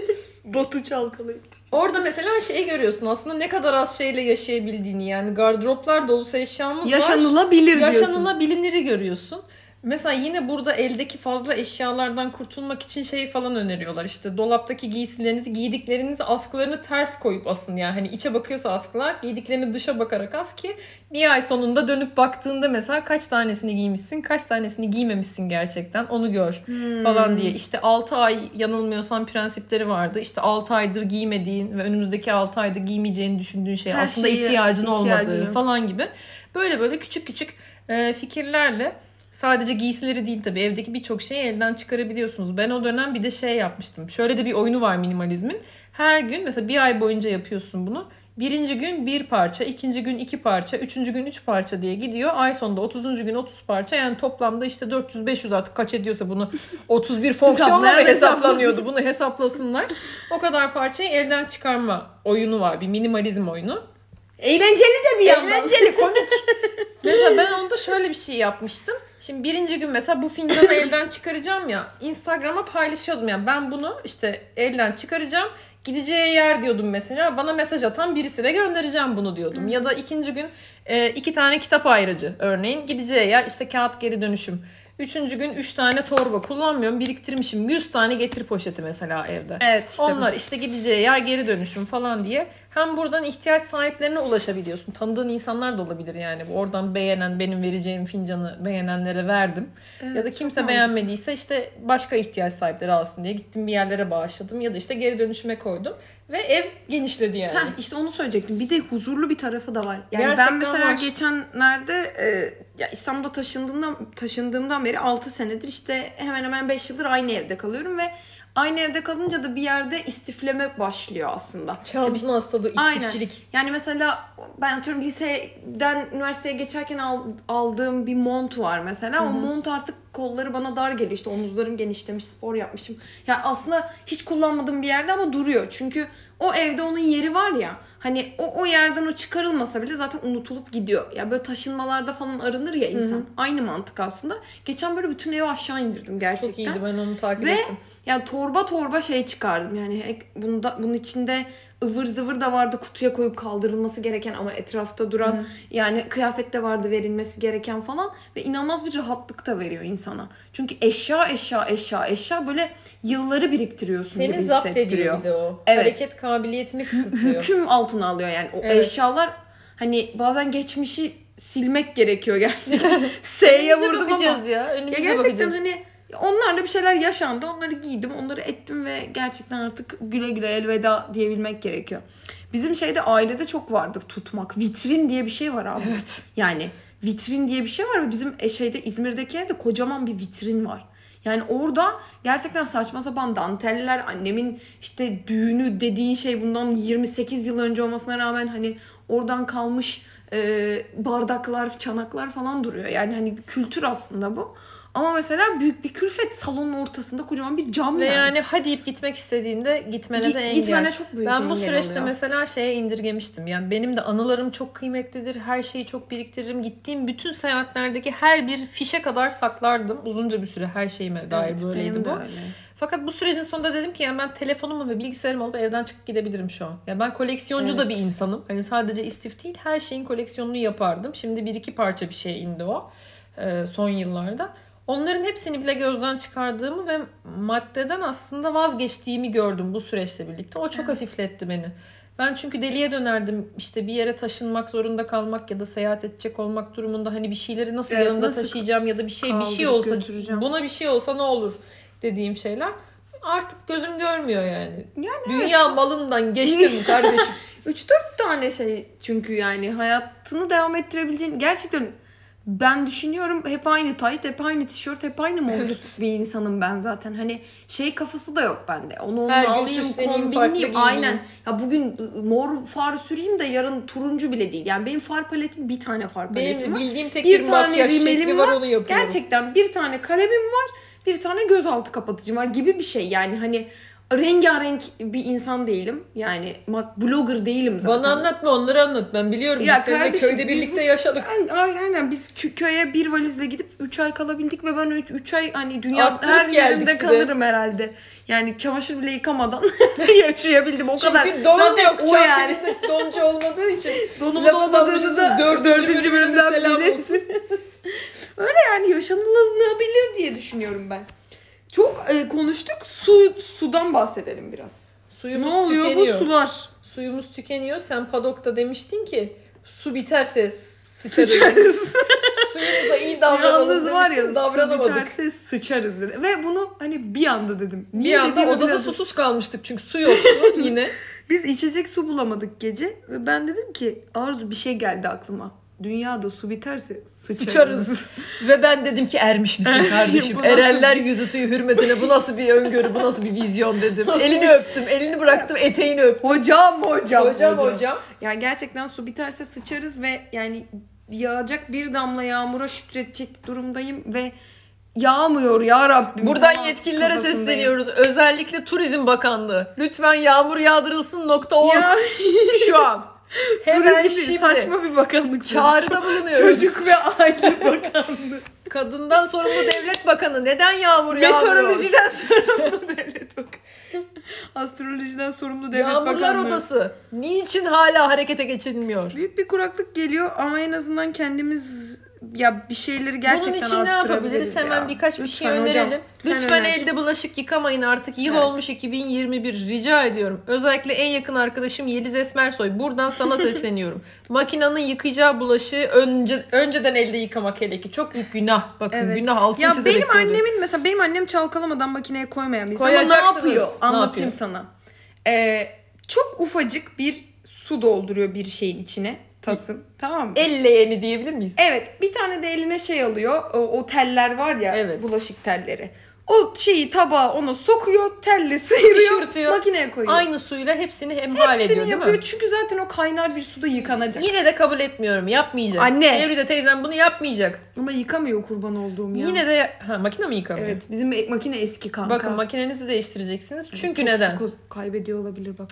Speaker 2: Botu çalkalayıp.
Speaker 1: Orada mesela şeyi görüyorsun aslında ne kadar az şeyle yaşayabildiğini yani gardıroplar dolusu eşyamız var.
Speaker 2: Yaşanılabilir diyorsun.
Speaker 1: Yaşanılabilinleri görüyorsun. Mesela yine burada eldeki fazla eşyalardan kurtulmak için şey falan öneriyorlar. İşte dolaptaki giysilerinizi, giydiklerinizi askılarını ters koyup asın. Yani hani içe bakıyorsa askılar, giydiklerini dışa bakarak as ki bir ay sonunda dönüp baktığında mesela kaç tanesini giymişsin, kaç tanesini giymemişsin gerçekten onu gör
Speaker 2: Hmm.
Speaker 1: falan diye. İşte 6 ay yanılmıyorsam prensipleri vardı. İşte 6 aydır giymediğin ve önümüzdeki 6 ayda giymeyeceğini düşündüğün şey
Speaker 2: Her
Speaker 1: aslında
Speaker 2: şeye
Speaker 1: ihtiyacın
Speaker 2: ihtiyacın
Speaker 1: olmadığı
Speaker 2: yok.
Speaker 1: falan gibi. Böyle böyle küçük küçük e, fikirlerle sadece giysileri değil tabii evdeki birçok şeyi elden çıkarabiliyorsunuz. Ben o dönem bir de şey yapmıştım. Şöyle de bir oyunu var minimalizmin. Her gün mesela bir ay boyunca yapıyorsun bunu. Birinci gün bir parça, ikinci gün iki parça, üçüncü gün üç parça diye gidiyor. Ay sonunda 30. gün 30 parça yani toplamda işte 400-500 artık kaç ediyorsa bunu 31 fonksiyonla mı
Speaker 2: Hesaplayan
Speaker 1: hesaplanıyordu? Bunu hesaplasınlar. O kadar parçayı elden çıkarma oyunu var. Bir minimalizm oyunu.
Speaker 2: Eğlenceli de bir yandan.
Speaker 1: Eğlenceli, komik. mesela ben onda şöyle bir şey yapmıştım. Şimdi birinci gün mesela bu fincanı elden çıkaracağım ya. Instagram'a paylaşıyordum ya. Ben bunu işte elden çıkaracağım. Gideceği yer diyordum mesela. Bana mesaj atan birisine göndereceğim bunu diyordum. Ya da ikinci gün e, iki tane kitap ayracı örneğin. Gideceği yer işte kağıt geri dönüşüm. Üçüncü gün üç tane torba kullanmıyorum. Biriktirmişim. Yüz tane getir poşeti mesela evde.
Speaker 2: Evet işte.
Speaker 1: Onlar işte gideceği yer geri dönüşüm falan diye hem buradan ihtiyaç sahiplerine ulaşabiliyorsun. Tanıdığın insanlar da olabilir yani. Oradan beğenen benim vereceğim fincanı beğenenlere verdim. ya da kimse beğenmediyse işte başka ihtiyaç sahipleri alsın diye gittim bir yerlere bağışladım ya da işte geri dönüşüme koydum ve ev genişledi yani.
Speaker 2: Heh, işte onu söyleyecektim. Bir de huzurlu bir tarafı da var. Yani
Speaker 1: Gerçekten
Speaker 2: ben mesela
Speaker 1: var.
Speaker 2: geçenlerde e, ya İstanbul'da taşındığımdan taşındığımdan beri 6 senedir işte hemen hemen 5 yıldır aynı evde kalıyorum ve aynı evde kalınca da bir yerde istifleme başlıyor aslında.
Speaker 1: Çağımızın hastalığı
Speaker 2: E, Aynen.
Speaker 1: istifçilik.
Speaker 2: Yani mesela ben atıyorum liseden üniversiteye geçerken al- aldığım bir mont var mesela. O mont artık kolları bana dar geliyor. İşte omuzlarım genişlemiş, spor yapmışım. Ya aslında hiç kullanmadığım bir yerde ama duruyor. Çünkü o evde onun yeri var ya. Hani o o yerden o çıkarılmasa bile zaten unutulup gidiyor. Ya böyle taşınmalarda falan arınır ya insan. Aynı mantık aslında. Geçen böyle bütün evi aşağı indirdim gerçekten.
Speaker 1: Çok iyiydi ben onu takip
Speaker 2: Ve
Speaker 1: ettim.
Speaker 2: yani torba torba şey çıkardım. Yani ek- bunda bunun içinde ıvır zıvır da vardı kutuya koyup kaldırılması gereken ama etrafta duran yani kıyafet de vardı verilmesi gereken falan ve inanılmaz bir rahatlık da veriyor insana. Çünkü eşya eşya eşya eşya böyle yılları biriktiriyorsun gibi
Speaker 1: Seni zapt ediyor
Speaker 2: hissettiriyor.
Speaker 1: bir de o.
Speaker 2: Evet.
Speaker 1: Hareket kabiliyetini kısıtlıyor.
Speaker 2: Hüküm altına alıyor yani o
Speaker 1: Evet.
Speaker 2: eşyalar hani bazen geçmişi silmek gerekiyor gerçekten. S'ye
Speaker 1: Önümüze
Speaker 2: vurdum ama.
Speaker 1: bakacağız ya.
Speaker 2: Ya
Speaker 1: Önümüze
Speaker 2: gerçekten
Speaker 1: bakacağız.
Speaker 2: hani onlarla bir şeyler yaşandı. Onları giydim, onları ettim ve gerçekten artık güle güle elveda diyebilmek gerekiyor. Bizim şeyde ailede çok vardır tutmak. Vitrin diye bir şey var abi.
Speaker 1: Evet.
Speaker 2: Yani vitrin diye bir şey var ve bizim e- şeyde İzmir'deki de kocaman bir vitrin var. Yani orada gerçekten saçma sapan danteller, annemin işte düğünü dediğin şey bundan 28 yıl önce olmasına rağmen hani oradan kalmış e, bardaklar, çanaklar falan duruyor. Yani hani bir kültür aslında bu. Ama mesela büyük bir külfet salonun ortasında kocaman bir cam
Speaker 1: Ve
Speaker 2: yani.
Speaker 1: yani hadi deyip gitmek istediğinde gitmene
Speaker 2: Gi-
Speaker 1: de engel.
Speaker 2: gitmene çok büyük
Speaker 1: ben bu
Speaker 2: engel
Speaker 1: süreçte
Speaker 2: oluyor.
Speaker 1: mesela şeye indirgemiştim. Yani benim de anılarım çok kıymetlidir. Her şeyi çok biriktiririm. Gittiğim bütün seyahatlerdeki her bir fişe kadar saklardım. Uzunca bir süre her şeyime dair
Speaker 2: Evet,
Speaker 1: böyleydi
Speaker 2: benim de
Speaker 1: bu.
Speaker 2: öyle.
Speaker 1: Fakat bu sürecin sonunda dedim ki yani ben telefonumu ve bilgisayarımı alıp evden çıkıp gidebilirim şu an. Yani ben koleksiyoncu da
Speaker 2: Evet.
Speaker 1: bir insanım. Hani sadece istif değil her şeyin koleksiyonunu yapardım. Şimdi bir iki parça bir şey indi o e, son yıllarda. Onların hepsini bile gözden çıkardığımı ve maddeden aslında vazgeçtiğimi gördüm bu süreçle birlikte. O çok hafifletti beni. Ben çünkü deliye dönerdim işte bir yere taşınmak zorunda kalmak ya da seyahat edecek olmak durumunda hani bir şeyleri nasıl
Speaker 2: Evet,
Speaker 1: yanımda
Speaker 2: nasıl
Speaker 1: taşıyacağım ya da bir şey bir şey
Speaker 2: kaldırıp
Speaker 1: olsa
Speaker 2: götüreceğim?
Speaker 1: buna bir şey olsa ne olur dediğim şeyler artık gözüm görmüyor yani.
Speaker 2: Yani
Speaker 1: Dünya malından geçtim kardeşim.
Speaker 2: 3-4 tane şey çünkü yani hayatını devam ettirebileceğin gerçekten ben düşünüyorum hep aynı tayt, hep aynı tişört, hep aynı mont
Speaker 1: Evet.
Speaker 2: bir insanım ben zaten. Hani şey kafası da yok bende. Onu onu
Speaker 1: Her gün
Speaker 2: alayım,
Speaker 1: süsleneyim,
Speaker 2: kombinleyeyim.
Speaker 1: farklı
Speaker 2: Aynen. Ya bugün mor far süreyim de yarın turuncu bile değil. Yani benim far paletim bir tane far paletim
Speaker 1: Benim
Speaker 2: var.
Speaker 1: bildiğim tek
Speaker 2: Bir
Speaker 1: bir,
Speaker 2: tane
Speaker 1: makyaj
Speaker 2: rimelim
Speaker 1: şekli var,
Speaker 2: var.
Speaker 1: onu yapıyorum.
Speaker 2: Gerçekten bir tane kalemim var, bir tane gözaltı kapatıcım var gibi bir şey. Yani hani rengarenk bir insan değilim. Yani mak- blogger değilim zaten.
Speaker 1: Bana anlatma onları anlat. Ben biliyorum
Speaker 2: Ya
Speaker 1: biz seninle
Speaker 2: kardeşim,
Speaker 1: köyde
Speaker 2: biz
Speaker 1: birlikte yaşadık.
Speaker 2: Aynen, aynen biz kö- köye bir valizle gidip 3 ay kalabildik ve ben 3 ay hani dünya
Speaker 1: Arttırıp
Speaker 2: her
Speaker 1: geldik
Speaker 2: yerinde
Speaker 1: bir de.
Speaker 2: kalırım herhalde. Yani çamaşır bile yıkamadan yaşayabildim o kadar.
Speaker 1: Çünkü donum
Speaker 2: Zaten
Speaker 1: yok.
Speaker 2: o yani.
Speaker 1: Doncu olmadığı için.
Speaker 2: Donumun
Speaker 1: Lafı dalmışız.
Speaker 2: olmadığını da
Speaker 1: Dördüncü
Speaker 2: dördüncü
Speaker 1: bölümde
Speaker 2: bölümden
Speaker 1: selam
Speaker 2: biri.
Speaker 1: olsun.
Speaker 2: Öyle yani yaşanılabilir diye düşünüyorum ben. Çok e, konuştuk. Su sudan bahsedelim biraz.
Speaker 1: Suyumuz
Speaker 2: ne oluyor
Speaker 1: tükeniyor.
Speaker 2: bu sular?
Speaker 1: Suyumuz tükeniyor. Sen padokta demiştin ki su biterse sıçarız.
Speaker 2: Sıçarız.
Speaker 1: Suyumuza iyi davranalım
Speaker 2: Yalnız var ya
Speaker 1: demiştin,
Speaker 2: su
Speaker 1: davranamadık.
Speaker 2: biterse sıçarız dedi. Ve bunu hani bir anda dedim.
Speaker 1: Bir
Speaker 2: Niye
Speaker 1: anda
Speaker 2: dediğimi
Speaker 1: odada
Speaker 2: biraz-
Speaker 1: susuz kalmıştık çünkü su yoktu yine.
Speaker 2: Biz içecek su bulamadık gece ve ben dedim ki Arzu bir şey geldi aklıma. Dünyada su biterse sıçarız.
Speaker 1: Sıçarız. Ve ben dedim ki ermiş misin kardeşim?
Speaker 2: Bu nasıl-
Speaker 1: Erenler yüzü suyu hürmetine bu nasıl bir öngörü, bu nasıl bir vizyon dedim.
Speaker 2: Nasıl
Speaker 1: Elini öptüm, elini bıraktım, eteğini öptüm.
Speaker 2: Hocam hocam
Speaker 1: Hocam hocam.
Speaker 2: Ya gerçekten su biterse sıçarız ve yani yağacak bir damla yağmura şükredecek durumdayım ve yağmıyor ya Rabbim.
Speaker 1: Buradan
Speaker 2: Aa,
Speaker 1: yetkililere
Speaker 2: kafasındayım.
Speaker 1: sesleniyoruz. Özellikle Turizm Bakanlığı. Lütfen yağmur yağdırılsın nokta org
Speaker 2: Ya
Speaker 1: şu an. Hemen
Speaker 2: turizm
Speaker 1: şimdi
Speaker 2: bir saçma bir bakanlık.
Speaker 1: çağrıda bulunuyoruz.
Speaker 2: Çocuk ve aile bakanlığı.
Speaker 1: Kadından sorumlu devlet bakanı neden yağmur yağmıyor?
Speaker 2: Meteorolojiden sorumlu devlet bakanı. Astrolojiden sorumlu devlet bakanlığı.
Speaker 1: Yağmurlar Odası. Niçin hala harekete geçilmiyor?
Speaker 2: Büyük bir kuraklık geliyor ama en azından kendimiz ya bir şeyleri gerçekten
Speaker 1: Bunun için ne yapabiliriz? Hemen birkaç bir şey önerelim. Lütfen elde bulaşık yıkamayın artık. Yıl
Speaker 2: Evet.
Speaker 1: olmuş 2021 rica ediyorum. Özellikle en yakın arkadaşım Yeliz Esmersoy. Buradan sana sesleniyorum. Makinanın yıkayacağı bulaşığı önce, önceden elde yıkamak hele ki. Çok büyük günah. Bakın
Speaker 2: Evet.
Speaker 1: günah altını
Speaker 2: Ya
Speaker 1: çizerek
Speaker 2: benim
Speaker 1: söylüyorum.
Speaker 2: annemin mesela benim annem çalkalamadan makineye koymayan bir insan. Ama ne
Speaker 1: Koyacaksınız.
Speaker 2: yapıyor?
Speaker 1: Ne
Speaker 2: Anlatayım
Speaker 1: yapıyor?
Speaker 2: sana. Ee, çok ufacık bir su dolduruyor bir şeyin içine. Tasın. Tamam mı?
Speaker 1: Elle yeni diyebilir miyiz?
Speaker 2: Evet bir tane de eline şey alıyor o, o teller var ya
Speaker 1: Evet.
Speaker 2: bulaşık telleri. O şeyi tabağa ona sokuyor telle sıyırıyor
Speaker 1: Pişirtiyor.
Speaker 2: makineye koyuyor.
Speaker 1: Aynı suyla hepsini hemhal
Speaker 2: Hepsini
Speaker 1: ediyor değil
Speaker 2: yapıyor
Speaker 1: mi?
Speaker 2: çünkü zaten o kaynar bir suda yıkanacak.
Speaker 1: Yine de kabul etmiyorum. Yapmayacak.
Speaker 2: Anne.
Speaker 1: Evri de teyzem bunu yapmayacak.
Speaker 2: Ama yıkamıyor kurban olduğum ya.
Speaker 1: Yine de ha, makine mi yıkamıyor?
Speaker 2: Evet bizim e- makine eski kanka.
Speaker 1: Bakın makinenizi değiştireceksiniz. Çünkü
Speaker 2: Çok
Speaker 1: neden?
Speaker 2: su ko- kaybediyor olabilir bak.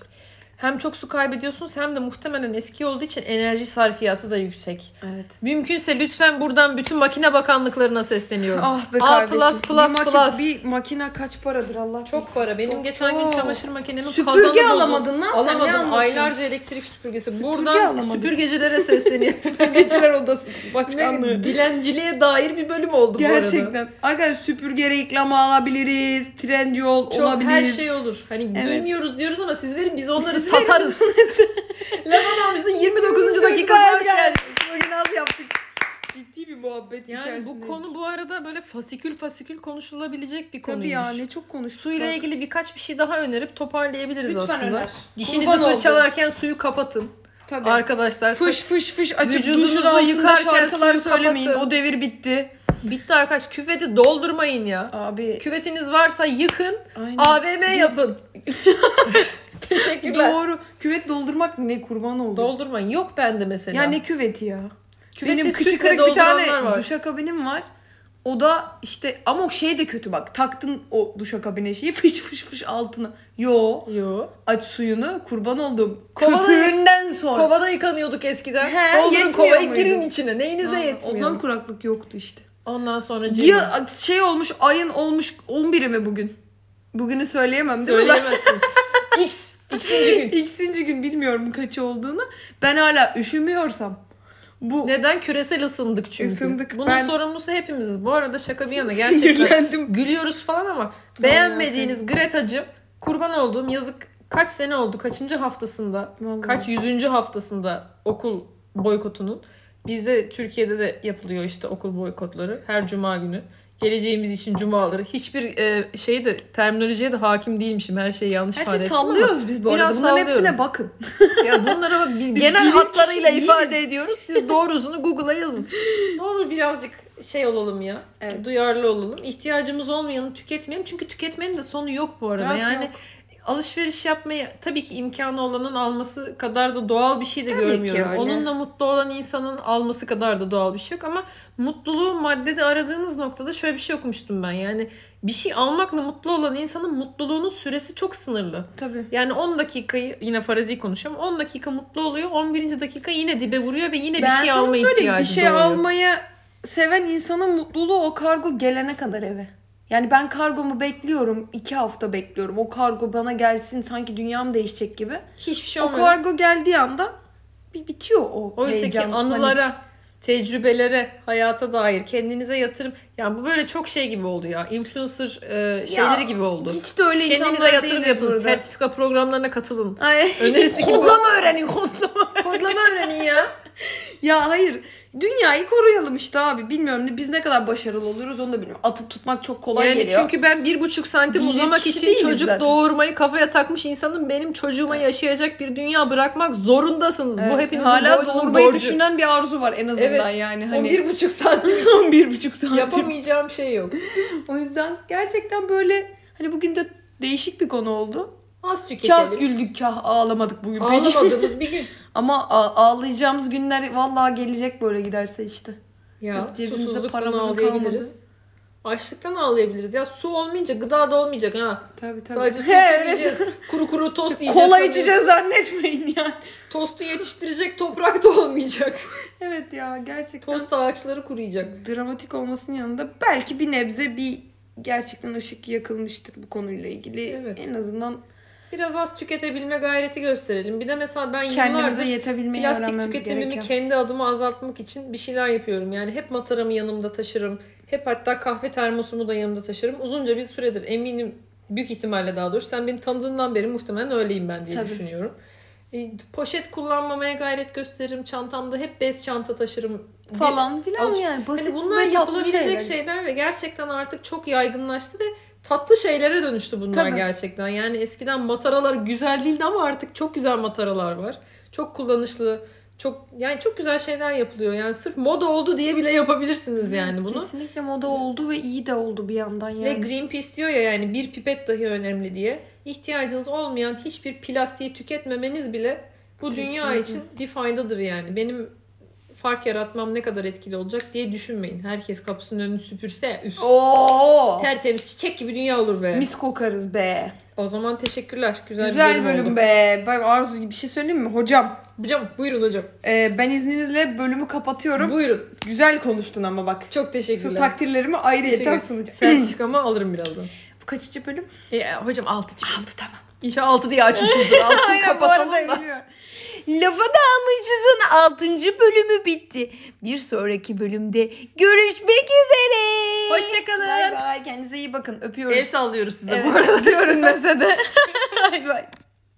Speaker 1: Hem çok su kaybediyorsunuz hem de muhtemelen eski olduğu için enerji sarfiyatı da yüksek.
Speaker 2: Evet.
Speaker 1: Mümkünse lütfen buradan bütün makine bakanlıklarına sesleniyorum.
Speaker 2: Ah be
Speaker 1: A
Speaker 2: kardeşim.
Speaker 1: plus,
Speaker 2: bir,
Speaker 1: plus,
Speaker 2: maki-
Speaker 1: plus.
Speaker 2: bir makine kaç paradır Allah
Speaker 1: çok
Speaker 2: bilsin.
Speaker 1: para. Benim
Speaker 2: Çok,
Speaker 1: geçen gün
Speaker 2: çok.
Speaker 1: çamaşır makinemin kazanı
Speaker 2: Süpürge
Speaker 1: bozuldu.
Speaker 2: alamadın lan sen, ne
Speaker 1: Alamadım.
Speaker 2: anlatıyorsun?
Speaker 1: Aylarca elektrik süpürgesi. buradan
Speaker 2: alamadın.
Speaker 1: süpürgecilere sesleniyorum.
Speaker 2: Geceler odası
Speaker 1: ne,
Speaker 2: başkanlığı.
Speaker 1: dilenciliğe dair bir bölüm oldu bu arada.
Speaker 2: Gerçekten. Arkadaşlar süpürge reklamı alabiliriz. Trendyol
Speaker 1: Çok
Speaker 2: olabilir.
Speaker 1: her şey olur. Hani
Speaker 2: Evet.
Speaker 1: giymiyoruz diyoruz ama siz verin biz onları
Speaker 2: Siz verin.
Speaker 1: satarız. Lafın almışsın 29. dakika
Speaker 2: Güzel
Speaker 1: hoş geldin.
Speaker 2: Bugün az yaptık. Ciddi bir muhabbet
Speaker 1: Yani
Speaker 2: içerisinde.
Speaker 1: bu konu bu arada böyle fasikül fasikül konuşulabilecek bir konuymuş.
Speaker 2: Tabii ya ne çok konuştuk.
Speaker 1: Suyla
Speaker 2: bak.
Speaker 1: ilgili birkaç bir şey daha önerip toparlayabiliriz
Speaker 2: Lütfen
Speaker 1: aslında.
Speaker 2: öner.
Speaker 1: Dişinizi
Speaker 2: Kurban oldum.
Speaker 1: fırçalarken suyu kapatın.
Speaker 2: Tabii.
Speaker 1: Arkadaşlar
Speaker 2: fış fış fış açıp
Speaker 1: Vücudunuzu
Speaker 2: duşun altında
Speaker 1: yıkarken
Speaker 2: şarkılar
Speaker 1: suyu
Speaker 2: söylemeyin.
Speaker 1: kapatın.
Speaker 2: O devir bitti.
Speaker 1: bitti arkadaş küveti doldurmayın ya.
Speaker 2: Abi
Speaker 1: Küvetiniz varsa yıkın,
Speaker 2: aynen.
Speaker 1: AVM
Speaker 2: Biz-
Speaker 1: yapın. Teşekkürler.
Speaker 2: Doğru. Küvet doldurmak ne kurban oldu.
Speaker 1: Doldurmayın. Yok bende mesela.
Speaker 2: ya ne küveti ya.
Speaker 1: Küveti
Speaker 2: Benim kıçı
Speaker 1: sütle
Speaker 2: kırık bir tane
Speaker 1: dolduranlar var.
Speaker 2: duşakabinim var. O da işte ama o şey de kötü bak. Taktın o duşakabine şeyi fış fış fış altına. Yo
Speaker 1: Yo.
Speaker 2: aç suyunu kurban oldum.
Speaker 1: Kovada-
Speaker 2: Köpüğünden sonra.
Speaker 1: Kovada yıkanıyorduk eskiden.
Speaker 2: He,
Speaker 1: Doldurun
Speaker 2: yetmiyor
Speaker 1: kovayı
Speaker 2: muydu?
Speaker 1: girin içine. Neyinize
Speaker 2: Ha,
Speaker 1: yetmiyor.
Speaker 2: Ondan
Speaker 1: Ondan,
Speaker 2: kuraklık yoktu işte.
Speaker 1: sonra
Speaker 2: Ya şey olmuş ayın olmuş 11'i mi bugün? Bugünü söyleyemem değil mi?
Speaker 1: Söyleyemezsin. X. X'inci gün.
Speaker 2: İkinci gün bilmiyorum kaç olduğunu. Ben hala üşümüyorsam. Bu
Speaker 1: Neden? Küresel ısındık çünkü.
Speaker 2: Isındık.
Speaker 1: Bunun
Speaker 2: Ben-
Speaker 1: sorumlusu hepimiziz. Bu arada şaka bir yana gerçekten
Speaker 2: sinirlendim.
Speaker 1: gülüyoruz falan ama beğenmediğiniz Greta'cığım kurban olduğum yazık kaç sene oldu? Kaçıncı haftasında?
Speaker 2: Vallahi.
Speaker 1: Kaç yüzüncü haftasında okul boykotunun? Bizde Türkiye'de de yapılıyor işte okul boykotları her cuma günü. Geleceğimiz için cumaları. Hiçbir e, şeyi de terminolojiye de hakim değilmişim. Her şeyi yanlış
Speaker 2: Her şey
Speaker 1: ifade
Speaker 2: şeyi
Speaker 1: ettim ama-
Speaker 2: sallıyoruz biz bu arada.
Speaker 1: Biraz
Speaker 2: Bunların
Speaker 1: sallıyorum.
Speaker 2: hepsine bakın.
Speaker 1: Ya bunlara bak biz
Speaker 2: Biz
Speaker 1: genel
Speaker 2: bilim
Speaker 1: hatlarıyla
Speaker 2: kişi
Speaker 1: ifade ediyoruz. Siz doğrusunu Google'a yazın. Ne olur birazcık şey olalım ya.
Speaker 2: Evet.
Speaker 1: Duyarlı olalım. İhtiyacımız olmayanı tüketmeyelim. Çünkü tüketmenin de sonu yok bu arada.
Speaker 2: Yok,
Speaker 1: yani
Speaker 2: yok.
Speaker 1: alışveriş yapmayı tabii ki imkanı olanın alması kadar da doğal bir şey de
Speaker 2: Tabii ki
Speaker 1: görmüyorum.
Speaker 2: öyle.
Speaker 1: Onunla mutlu olan insanın alması kadar da doğal bir şey yok ama mutluluğu maddede aradığınız noktada şöyle bir şey okumuştum ben. Yani bir şey almakla mutlu olan insanın mutluluğunun süresi çok sınırlı.
Speaker 2: Tabii.
Speaker 1: Yani 10 dakikayı yine farazi konuşuyorum. 10 dakika mutlu oluyor. 11. dakika yine dibe vuruyor ve yine bir
Speaker 2: ben
Speaker 1: şey
Speaker 2: sana
Speaker 1: alma
Speaker 2: söyleyeyim,
Speaker 1: ihtiyacı
Speaker 2: Bir şey
Speaker 1: doğuyor.
Speaker 2: almaya seven insanın mutluluğu o kargo gelene kadar eve. Yani ben kargomu bekliyorum. iki hafta bekliyorum. O kargo bana gelsin sanki dünyam değişecek gibi.
Speaker 1: Hiçbir şey
Speaker 2: O
Speaker 1: olmuyor.
Speaker 2: kargo geldiği anda bir bitiyor o
Speaker 1: Oysa ki
Speaker 2: heyecan,
Speaker 1: anılara,
Speaker 2: panik.
Speaker 1: tecrübelere, hayata dair kendinize yatırım. Yani bu böyle çok şey gibi oldu ya. Influencer e, şeyleri gibi oldu.
Speaker 2: Hiç de öyle
Speaker 1: Kendinize
Speaker 2: insanlar
Speaker 1: yatırım
Speaker 2: değiliz
Speaker 1: yapın.
Speaker 2: burada.
Speaker 1: Sertifika programlarına katılın.
Speaker 2: Ay.
Speaker 1: Önerisi gibi.
Speaker 2: Kodlama öğrenin kodlama.
Speaker 1: Kodlama öğrenin ya.
Speaker 2: ya hayır. Dünyayı koruyalım işte abi. Bilmiyorum biz ne kadar başarılı oluruz onu da bilmiyorum. Atıp tutmak çok kolay
Speaker 1: Yani
Speaker 2: geliyor.
Speaker 1: çünkü ben bir buçuk santim
Speaker 2: Biz
Speaker 1: uzamak
Speaker 2: kişi
Speaker 1: için
Speaker 2: değiliz
Speaker 1: çocuk
Speaker 2: zaten.
Speaker 1: doğurmayı kafaya takmış insanın benim çocuğuma yaşayacak bir dünya bırakmak zorundasınız.
Speaker 2: Evet,
Speaker 1: Bu hepinizin
Speaker 2: hala
Speaker 1: boynunun
Speaker 2: doğurmayı
Speaker 1: borcu.
Speaker 2: düşünen bir arzu var en azından
Speaker 1: Evet.
Speaker 2: yani.
Speaker 1: Hani...
Speaker 2: Hani
Speaker 1: 11,5 santim
Speaker 2: 11 buçuk saat.
Speaker 1: yapamayacağım şey yok.
Speaker 2: O yüzden gerçekten böyle hani bugün de değişik bir konu oldu.
Speaker 1: Az
Speaker 2: Kah
Speaker 1: tüketelim.
Speaker 2: güldük kah ağlamadık bugün. pek.
Speaker 1: Ağlamadığımız bir gün.
Speaker 2: Ama a- ağlayacağımız günler vallahi gelecek böyle giderse işte.
Speaker 1: Ya
Speaker 2: Yok, cebimizde
Speaker 1: susuzluktan
Speaker 2: paramızın
Speaker 1: ağlayabiliriz. Açlıktan ağlayabiliriz. Ya su olmayınca gıda da olmayacak ha.
Speaker 2: Tabii
Speaker 1: Sadece su
Speaker 2: He,
Speaker 1: içemeyeceğiz. Kuru kuru tost
Speaker 2: öyle-
Speaker 1: yiyeceğiz.
Speaker 2: Kola
Speaker 1: sanıyoruz.
Speaker 2: içeceğiz zannetmeyin yani.
Speaker 1: Tostu yetiştirecek toprak da olmayacak.
Speaker 2: Evet ya gerçekten.
Speaker 1: Tost ağaçları kuruyacak.
Speaker 2: Dramatik olmasının yanında belki bir nebze bir gerçekten ışık yakılmıştır bu konuyla ilgili.
Speaker 1: Evet.
Speaker 2: En azından
Speaker 1: Biraz az tüketebilme gayreti gösterelim. Bir de mesela ben yıllardır
Speaker 2: kendimize yetebilmeyi
Speaker 1: plastik
Speaker 2: öğrenmemiz
Speaker 1: tüketimimi
Speaker 2: gerekiyor.
Speaker 1: kendi adıma azaltmak için bir şeyler yapıyorum. Yani hep mataramı yanımda taşırım. Hep hatta kahve termosumu da yanımda taşırım. Uzunca bir süredir eminim büyük ihtimalle daha doğrusu sen beni tanıdığından beri muhtemelen öyleyim ben diye
Speaker 2: Tabii.
Speaker 1: düşünüyorum. E, poşet kullanmamaya gayret gösteririm. Çantamda hep bez çanta taşırım.
Speaker 2: falan filan
Speaker 1: Alış-
Speaker 2: yani basit
Speaker 1: Hani bunlar
Speaker 2: ve tatlı
Speaker 1: yapılabilecek şeyler.
Speaker 2: şeyler.
Speaker 1: ve gerçekten artık çok yaygınlaştı ve tatlı şeylere dönüştü bunlar
Speaker 2: Tabii.
Speaker 1: gerçekten. Yani eskiden mataralar güzel değildi ama artık çok güzel mataralar var. Çok kullanışlı, çok yani çok güzel şeyler yapılıyor. Yani sırf moda oldu diye bile yapabilirsiniz yani bunu.
Speaker 2: Kesinlikle moda oldu ve iyi de oldu bir yandan yani.
Speaker 1: Ve Greenpeace diyor ya yani bir pipet dahi önemli diye. İhtiyacınız olmayan hiçbir plastiği tüketmemeniz bile bu dünya
Speaker 2: Kesinlikle.
Speaker 1: için bir faydadır yani. Benim fark yaratmam ne kadar etkili olacak diye düşünmeyin. Herkes kapısının önünü süpürse üf,
Speaker 2: Oo!
Speaker 1: tertemiz çiçek gibi dünya olur be.
Speaker 2: Mis kokarız be.
Speaker 1: O zaman teşekkürler. Güzel,
Speaker 2: Güzel,
Speaker 1: bir
Speaker 2: bölüm,
Speaker 1: bölüm, oldu.
Speaker 2: be. Ben Arzu bir şey söyleyeyim mi? Hocam
Speaker 1: Hocam buyurun hocam.
Speaker 2: e, ben izninizle bölümü kapatıyorum.
Speaker 1: Buyurun.
Speaker 2: Güzel konuştun ama bak.
Speaker 1: Çok
Speaker 2: Su
Speaker 1: teşekkürler.
Speaker 2: takdirlerimi ayrıyeten
Speaker 1: Teşekkür.
Speaker 2: sunacağım.
Speaker 1: Sertifikamı alırım birazdan.
Speaker 2: Bu kaçıncı bölüm?
Speaker 1: E, hocam 6 çıktı.
Speaker 2: Altı tamam.
Speaker 1: İnşallah 6 diye açmışızdır. 6'yı
Speaker 2: Aynen bu arada
Speaker 1: kapatalım da.
Speaker 2: geliyor. Lafa Dalmışız'ın 6. bölümü bitti. Bir sonraki bölümde görüşmek üzere.
Speaker 1: Hoşçakalın.
Speaker 2: Bay bay. Kendinize iyi bakın. Öpüyoruz.
Speaker 1: El sallıyoruz size
Speaker 2: Evet,
Speaker 1: bu arada.
Speaker 2: Görünmese de. bay bay.